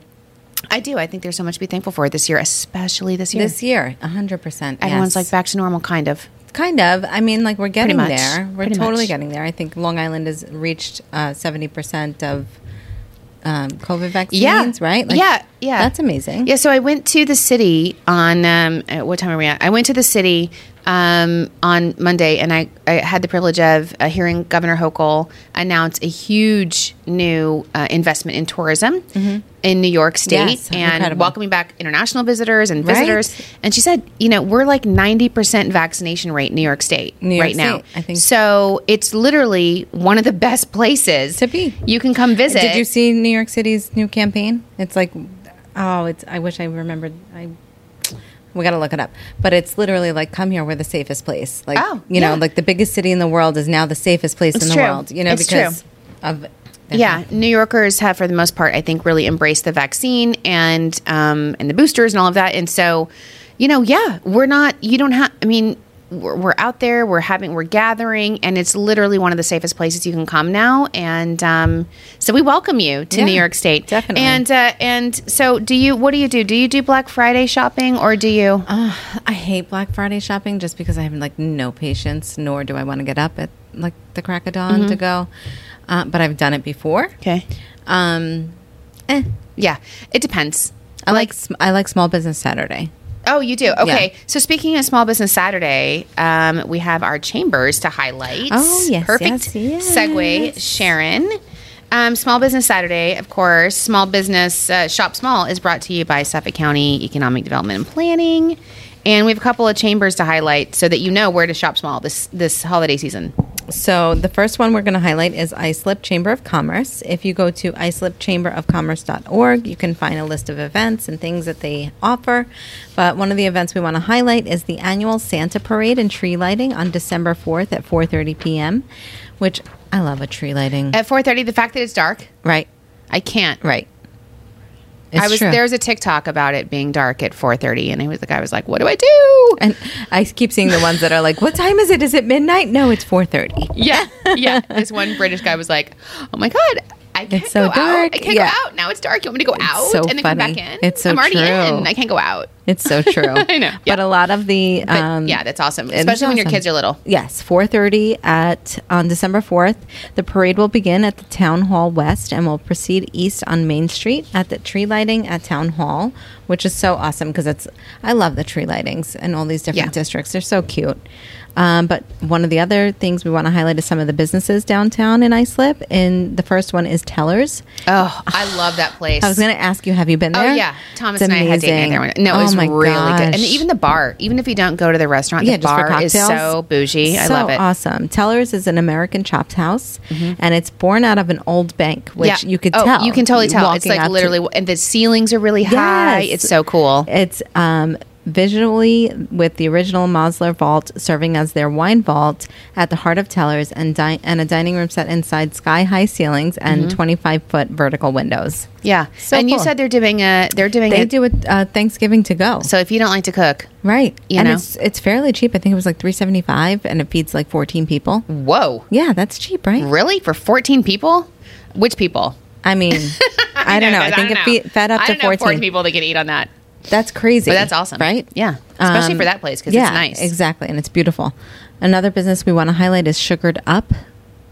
A: I do. I think there's so much to be thankful for this year, especially this year.
C: This year, hundred percent.
A: Everyone's like back to normal, kind of.
C: Kind of. I mean, like we're getting
A: much.
C: there. We're
A: Pretty
C: totally
A: much.
C: getting there. I think Long Island has reached uh, seventy percent of um, COVID vaccines. Right. Like,
A: yeah, yeah.
C: That's amazing.
A: Yeah, so I went to the city on um, uh, what time are we at? I went to the city um, on Monday, and I, I had the privilege of uh, hearing Governor Hochul announce a huge new uh, investment in tourism in New York State
C: Mm-hmm. Yes,
A: and
C: incredible.
A: welcoming back international visitors and
C: Right.
A: visitors. And she said, you know, we're like ninety percent vaccination rate in New York State
C: New York
A: right now.
C: State, I think.
A: so. It's literally one of the best places
C: To be.
A: You can come visit.
C: Did you see New York City's new campaign? It's like, oh, it's. I wish I remembered. I we got to look it up, but it's literally like, come here, we're the safest place. Like,
A: Oh,
C: you know,
A: yeah.
C: like the biggest city in the world is now the safest place in the
A: true.
C: world. You know,
A: It's
C: because of
A: Yeah, New Yorkers have, for the most part, I think, really embraced the vaccine and um, and the boosters and all of that. And so, you know, yeah, we're not. You don't have. I mean, we're, we're out there. We're having. We're gathering, and it's literally one of the safest places you can come now. And um, so, we welcome you to
C: Yeah,
A: New York State.
C: definitely.
A: And uh, and so, do you? What do you do? Do you do Black Friday shopping, or do you?
C: Ah, I hate Black Friday shopping just because I have like no patience, nor do I want to get up at like the crack of dawn to go. Uh, but I've done it before.
A: Mm-hmm. Okay.
C: Um, eh.
A: Yeah, it depends.
C: I like sm- I like Small Business Saturday.
A: Oh, you do. Okay. So speaking of Small Business Saturday, um, we have our chambers to highlight.
C: Oh, yes, yes,
A: perfect
C: yes.
A: segue, Sharon. Um, Small Business Saturday, of course. Small Business uh, Shop Small is brought to you by Suffolk County Economic Development and Planning, and we have a couple of chambers to highlight so that you know where to shop small this this holiday season.
C: So the first one we're going to highlight is Islip Chamber of Commerce. If you go to islipchamberofcommerce.org, you can find a list of events and things that they offer. But one of the events we want to highlight is the annual Santa Parade and tree lighting on December 4th at 4:30 p.m., which I love a tree lighting.
A: At four thirty, the fact that it's dark,
C: right.
A: I can't.
C: Right.
A: I
C: It's
A: was
C: true.
A: there was a TikTok about it being dark at four thirty, and I was the guy was like, "What do I do?"
C: and I keep seeing the ones that are like, "What time is it? Is it midnight?" No, it's 4:30.
A: Yeah, yeah. This one British guy was like, "Oh my god, I can't
C: It's so
A: go out.
C: dark."
A: I can't
C: Yeah.
A: go out now. It's dark. You want me to go out
C: so
A: and then come back
C: funny.
A: in?
C: It's so
A: I'm already
C: true.
A: in. I can't go out.
C: It's so true.
A: I know.
C: But a lot of the
A: But
C: um,
A: yeah, that's awesome,
C: it is
A: especially when your
C: awesome.
A: kids are little.
C: Yes, 4:30 at on December 4th. The parade will begin at the Town Hall West and will proceed east on Main Street at the tree lighting at Town Hall, which is so awesome because it's I love the tree lightings and all these different
A: Yeah.
C: districts. They're so cute. Um, but one of the other things we want to highlight is some of the businesses downtown in Islip. And the first one is Tellers.
A: Oh, I love that place.
C: I was going to ask you, have you been
A: Oh
C: there?
A: yeah, Thomas
C: It's
A: and I had date night
C: amazing.
A: there. No, it
C: Oh
A: was
C: my
A: really good. And
C: gosh.
A: even the bar, even if you don't go to the restaurant,
C: Yeah,
A: the
C: just for
A: bar is
C: cocktails.
A: so bougie. I
C: so
A: love it. Mm-hmm.
C: Awesome. Tellers is an American chopped house, and it's born out of an old bank, which
A: Yeah.
C: you could
A: Oh,
C: tell.
A: You can totally tell. It's
C: walking up
A: like
C: to-
A: literally, and the ceilings are really high.
C: Yes.
A: It's so cool.
C: It's um, visually with the original Mosler Vault serving as their wine vault at the heart of Tellers, and di- and a dining room set inside sky-high ceilings and
A: Mm-hmm.
C: 25-foot vertical windows.
A: Yeah.
C: So
A: and you
C: cool.
A: said they're doing a they're doing
C: They
A: a,
C: do it uh, Thanksgiving to go.
A: so if you don't like to cook,
C: right,
A: You
C: and
A: know.
C: it's it's fairly cheap. I think it was like 375, and it feeds like 14 people.
A: Mm. whoa,
C: Yeah, that's cheap, right?
A: really for fourteen people? Which people?
C: I mean, I don't know. I
A: 'cause
C: think it fe- fed up
A: I
C: to
A: don't know
C: 14.
A: people that could eat on that.
C: That's crazy.
A: But that's awesome,
C: Right?
A: Yeah, especially
C: Um,
A: for that place because
C: yeah,
A: it's nice.
C: Exactly. And it's beautiful. Another business we want to highlight is Sugared Up,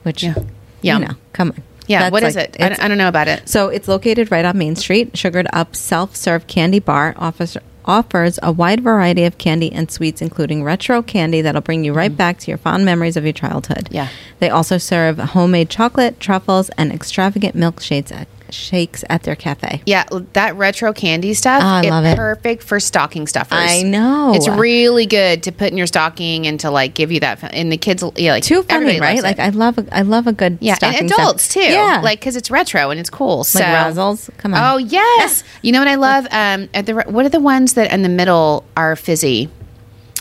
C: which,
A: Yeah.
C: yeah.
A: Yeah.
C: you know, come on.
A: Yeah,
C: That's
A: what is
C: like-
A: it? I don't, I don't know about it.
C: So it's located right on Main Street. Sugared Up Self Serve Candy Bar offers, offers a wide variety of candy and sweets, including retro candy that'll bring you right back to your fond memories of your childhood.
A: Mm-hmm. Yeah.
C: They also serve homemade chocolate, truffles, and extravagant milkshakes at, shakes at their cafe.
A: Yeah, l- that retro candy stuff.
C: Oh, I
A: it-
C: love it.
A: Perfect for stocking stuffers.
C: I know.
A: It's really good to put in your stocking and to like give you that. fe- And the kids, yeah, like
C: Too funny,
A: everybody
C: right?
A: loves
C: Like
A: it.
C: I love a, I love a good
A: yeah,
C: stocking
A: and
C: stuff.
A: adults too.
C: Yeah,
A: like because it's retro and it's cool. so
C: Razzles? Come on.
A: Oh yes. you know what I love? Um, at the re- what are the ones that in the middle are fizzy?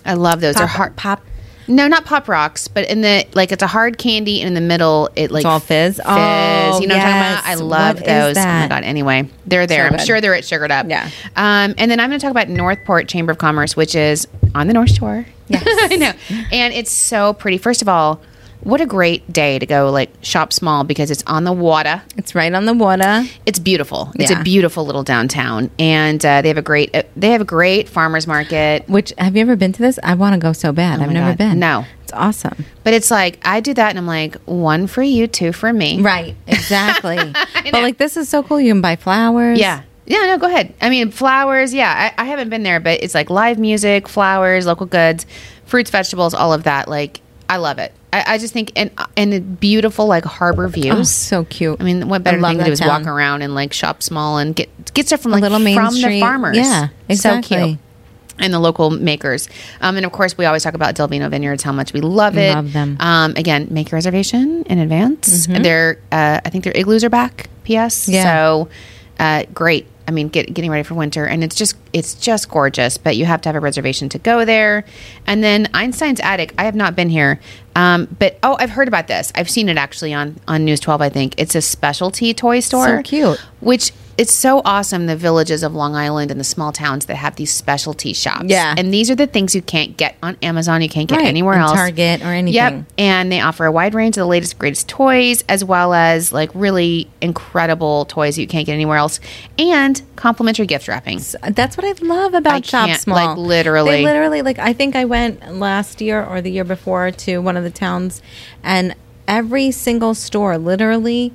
A: I love those. They're
C: Pop-
A: hard
C: pop-
A: No, not pop rocks, but in the like it's a hard candy, and in the middle it like
C: all fizz?
A: Fizz.
C: Oh,
A: you know what I'm
C: yes.
A: talking about? I love
C: What is
A: those. Oh
C: that?
A: my god. Anyway, they're there. I'm
C: good.
A: sure they're at Sugared Up.
C: Yeah.
A: Um, and then I'm going to talk about Northport Chamber of Commerce, which is on the North Shore. Yes, I know. And it's so pretty. First of all, what a great day to go like shop small because it's on the water
C: it's right on the water.
A: it's beautiful. It's
C: Yeah.
A: a beautiful little downtown, and uh, they have a great uh, they have a great farmers market.
C: Which have you ever been to this? I want to go so bad. I've
A: Oh my
C: never
A: God.
C: been.
A: No.
C: it's awesome.
A: But it's like I do that, and I'm like one for you, two for me.
C: Right, exactly. but like this is so cool. You can buy flowers.
A: Yeah. Yeah. No. Go ahead. I mean, flowers. Yeah. I, I haven't been there, but it's like live music, flowers, local goods, fruits, vegetables, all of that. Like I love it. I, I just think and and a beautiful like harbor
C: oh,
A: views.
C: so cute.
A: I mean, what better
C: love
A: thing to
C: that
A: do is walk
C: town.
A: around and like shop small and get get stuff from like
C: little Main
A: from
C: Street.
A: the farmers.
C: Yeah,
A: So
C: exactly.
A: cute. And the local makers, um, and of course, we always talk about Delvino Vineyards, how much we love it.
C: Love them.
A: Um, again, make your reservation in advance. They're, uh, I think their igloos are back. P.S.
C: Mm-hmm. Yeah.
A: So uh, great. I mean, get, getting ready for winter, and it's just it's just gorgeous. But you have to have a reservation to go there. And then Einstein's Attic. I have not been here, um, but oh, I've heard about this. I've seen it actually on on News Twelve. I think it's a specialty toy store.
C: cute.
A: Which it's so awesome. The villages of Long Island and the small towns that have these specialty shops.
C: Yeah.
A: and these are the things you can't get on Amazon. You can't get
C: Right,
A: anywhere
C: and
A: else.
C: Target or anything.
A: Yep and they offer a wide range of the latest greatest toys as well as like really incredible toys you can't get anywhere else and complimentary gift wrapping
C: That's what I love about
A: I
C: Shop
A: can't,
C: Small.
A: like, literally.
C: They literally like I think I went last year or the year before to one of the towns and every single store literally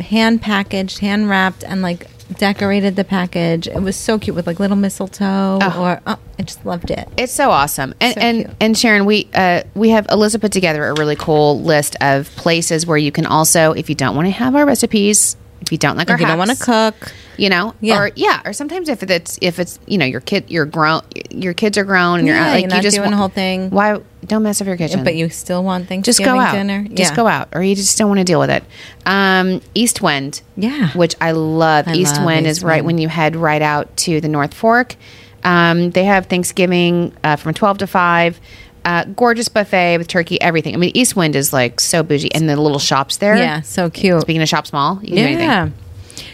C: hand packaged, hand wrapped and like decorated the package. It was so cute with like little mistletoe or oh, I just loved it.
A: it's so awesome and
C: So
A: and,
C: cute.
A: and sharon we uh, we have alyssa put together a really cool list of places where you can also if you don't want to have our recipes if you don't like our
C: If you don't want to
A: hacks,
C: cook,
A: you know
C: Yeah.
A: or yeah or sometimes if it's if it's you know your kid your grown your kids are grown and
C: Yeah,
A: you're out like
C: you're
A: you
C: not
A: just
C: doing
A: wa-
C: the whole thing.
A: why don't mess up your kitchen
C: but you still want Thanksgiving
A: just go out
C: dinner.
A: just
C: Yeah.
A: go out or you just don't want to deal with it um east wind
C: Yeah.
A: which i love
C: I
A: east
C: love
A: wind
C: East
A: is right
C: Wind.
A: when you head right out to the north fork um they have thanksgiving uh, from 12 to 5 uh, gorgeous buffet with turkey, everything. I mean, East Wind is like so bougie, and the little shops there.
C: Yeah, so cute.
A: Speaking of shop small, you can do anything.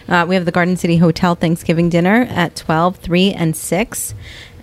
C: Yeah. Uh, we have the Garden City Hotel Thanksgiving dinner at 12, 3, and 6.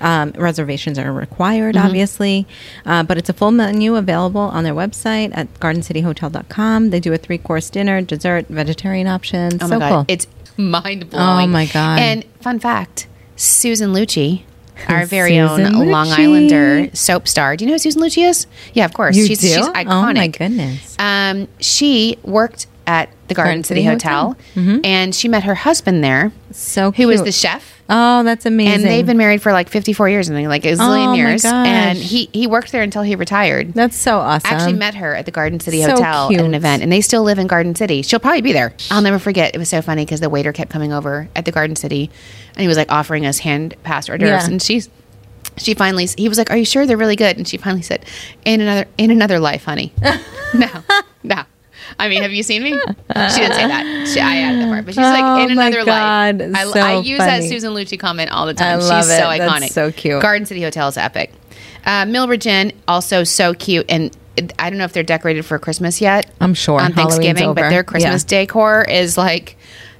C: Um, reservations are required,
A: Mm-hmm.
C: obviously, uh, but it's a full menu available on their website at gardencityhotel.com. They do a three course dinner, dessert, vegetarian options.
A: Oh
C: so
A: my god,
C: cool.
A: it's mind blowing.
C: Oh my God.
A: And fun fact, Susan Lucci, our very own
C: Susan
A: Long
C: Lucci.
A: Islander soap star. Do you know who Susan Lucci is? Yeah, of course.
C: You
A: she's
C: do?
A: she's
C: Oh
A: iconic.
C: my goodness.
A: Um, she worked at the Garden, City, Hotel, and she met her husband there,
C: Mm-hmm. So
A: who was
C: cute.
A: the chef.
C: Oh, that's amazing.
A: and they've been married for like 54 years and like a zillion
C: Oh, my
A: years.
C: gosh.
A: And he he worked there until he retired.
C: That's so awesome.
A: I actually met her at the Garden City
C: So
A: Hotel at
C: cute.
A: an event, and they still live in Garden City. She'll probably be there. I'll never forget. It was so funny because the waiter kept coming over at the Garden City, and he was like offering us hand passed hors d'oeuvres,
C: Yeah.
A: and she's. She finally, he was like, "Are you sure they're really good?" And she finally said, "In another, in another life, honey." no, no. I mean, have you seen me? She didn't say that. She, I added that part, but she's
C: Oh,
A: like, "In
C: my
A: another
C: God,
A: life." I,
C: so
A: I use that
C: funny.
A: Susan Lucci comment all the time.
C: I love
A: she's
C: it.
A: so
C: That's
A: iconic.
C: so cute.
A: Garden Garden City Hotel is epic. Uh, Millbridge Inn also so cute, and it- I don't know if they're decorated for Christmas yet.
C: I'm sure.
A: on
C: Halloween's
A: Thanksgiving,
C: over.
A: but their Christmas
C: Yeah.
A: decor is like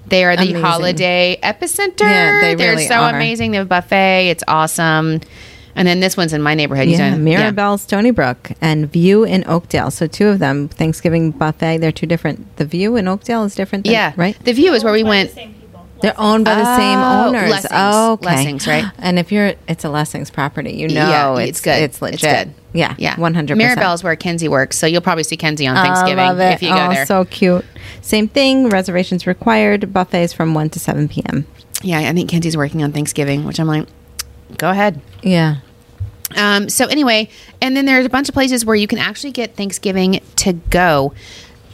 A: they are the
C: Amazing.
A: holiday epicenter.
C: Yeah, they
A: are
C: really
A: so
C: are.
A: amazing. They have a buffet. It's awesome. And then this one's in my neighborhood. You
C: Yeah,
A: don't-
C: Mirabelle Stony Brook and View in Oakdale. So two of them, Thanksgiving buffet. They're two different. The View in Oakdale is different. Than,
A: Yeah.
C: right.
A: The view is where we
D: By the
A: went.
D: same people.
C: They're owned by the same
A: Oh,
C: owners.
A: Lessings.
C: Oh, okay.
A: Lessings, right?
C: And if you're, it's a Lessings property. You know,
A: yeah,
C: it's,
A: it's good.
C: It's legit.
A: good.
C: Yeah,
A: yeah,
C: one hundred percent.
A: Mirabelle's where Kenzie works, so you'll probably see Kenzie on Thanksgiving
C: I love it.
A: if you go
C: oh,
A: there.
C: So cute. Same thing. Reservations required. Buffets from one to seven p.m.
A: yeah, I think Kenzie's working on Thanksgiving, which I'm like, go ahead.
C: Yeah.
A: Um, so anyway, and then there's a bunch of places where you can actually get Thanksgiving to go.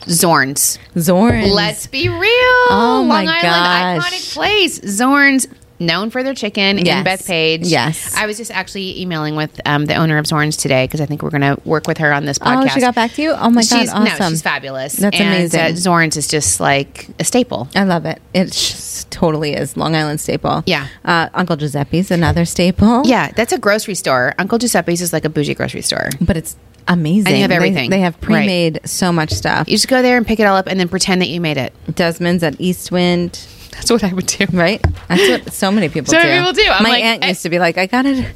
A: Zorn's.
C: Zorn.
A: Let's be real.
C: Oh, my
A: Long Island,
C: gosh.
A: iconic place. Zorn's, known for their chicken
C: Yes.
A: and Beth Page.
C: Yes.
A: I was just actually emailing with um, the owner of Zorn's today because I think we're going to work with her on this podcast.
C: Oh, she got back to you. Oh my
A: she's,
C: god! Awesome.
A: No, she's fabulous.
C: That's
A: and,
C: amazing.
A: Uh, Zorn's is just like a staple.
C: I love it. It just totally is Long Island staple.
A: Yeah.
C: Uh, Uncle Giuseppe's another staple.
A: Yeah, that's a grocery store. Uncle Giuseppe's is like a bougie grocery store.
C: But it's amazing.
A: And they have
C: They-
A: everything.
C: They, have
A: Right.
C: pre-made so much stuff.
A: You just go there and pick it all up and then pretend that you made it.
C: Desmond's at Eastwind.
A: That's what I would do.
C: Right? That's what so many people
A: So
C: do.
A: many people do. I'm
C: My
A: like,
C: aunt
A: eh.
C: used to be like, I got it.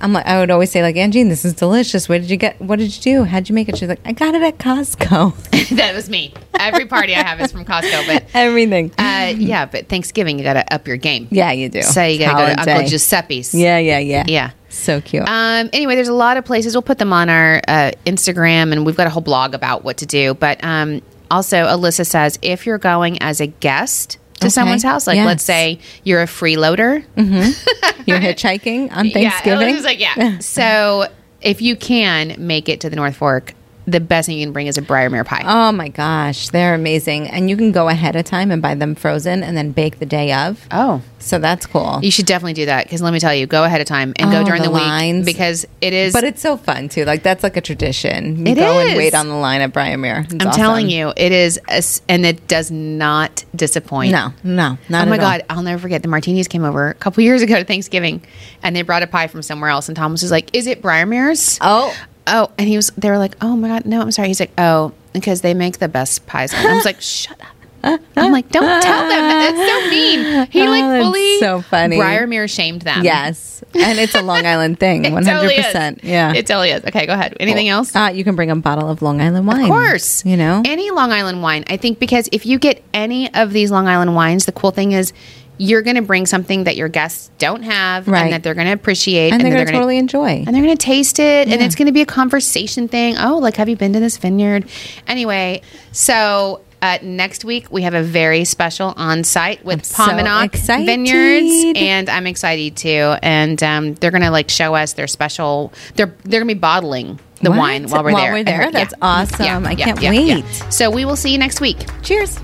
C: I'm like, I would always say like, Angie, this is delicious. Where did you get? What did you do? How'd you make it? She's like, I got it at Costco.
A: that was me. Every party I have is from Costco, but
C: Everything.
A: uh, yeah, but Thanksgiving you got to up your game.
C: yeah, you do.
A: So you got to go to
C: Holiday.
A: Uncle Giuseppe's.
C: Yeah, yeah, yeah,
A: Yeah.
C: So cute.
A: Um, anyway, there's a lot of places. We'll put them on our uh, Instagram, and we've got a whole blog about what to do. But um, also, Alyssa says if you're going as a guest to
C: Okay.
A: someone's house, like
C: Yes.
A: let's say you're a freeloader,
C: You're hitchhiking on
A: Yeah,
C: Thanksgiving.
A: Alyssa's like, yeah. so if you can make it to the North Fork, the best thing you can bring is a Briarmere pie.
C: Oh my gosh, they're amazing. And you can go ahead of time and buy them frozen and then bake the day of.
A: oh.
C: So that's cool.
A: You should definitely do that because let me tell you, go ahead of time and
C: Oh,
A: go during
C: the
A: the, week
C: lines.
A: because it is.
C: But it's so fun too. Like that's like a tradition. You
A: It
C: go and
A: is.
C: wait on the line at Briarmere. It's
A: I'm
C: awesome.
A: telling you, it is, a s and it does not disappoint.
C: No, no, not
A: Oh my
C: at all.
A: God, I'll never forget. The Martinis came over a couple years ago to Thanksgiving and they brought a pie from somewhere else. And Tom was just like, Is it Briarmere's?
C: Oh,
A: Oh, and he was, they were like, Oh my God, no, I'm sorry. He's like, Oh, because they make the best pies. And I was like, Shut up. I'm like, don't tell them that. That's so mean. He
C: Oh,
A: like
C: that's
A: fully
C: so funny.
A: Briarmere shamed them.
C: yes, and it's a Long Island thing.
A: It
C: One
A: totally
C: hundred
A: is.
C: percent. Yeah.
A: It totally is. Okay, go ahead. Anything else?
C: Uh, you can bring a bottle of Long Island wine.
A: Of course.
C: You know.
A: Any Long Island wine. I think because if you get any of these Long Island wines, the cool thing is you're going to bring something that your guests don't have
C: Right.
A: and that they're going to appreciate
C: and, they're,
A: that
C: gonna totally enjoy.
A: and they're going to taste it and
C: Yeah.
A: it's going to be a conversation thing. Oh, like have you been to this vineyard? Anyway, so uh, next week we have a very special on site with
C: I'm so
A: Pominock
C: excited.
A: Vineyards and I'm excited too and um, they're going to like show us their special they're they're going to be bottling the
C: What?
A: wine while we're
C: While
A: there.
C: we're there?
A: I heard-
C: That's awesome. I can't wait.
A: So we will see you next week.
C: Cheers.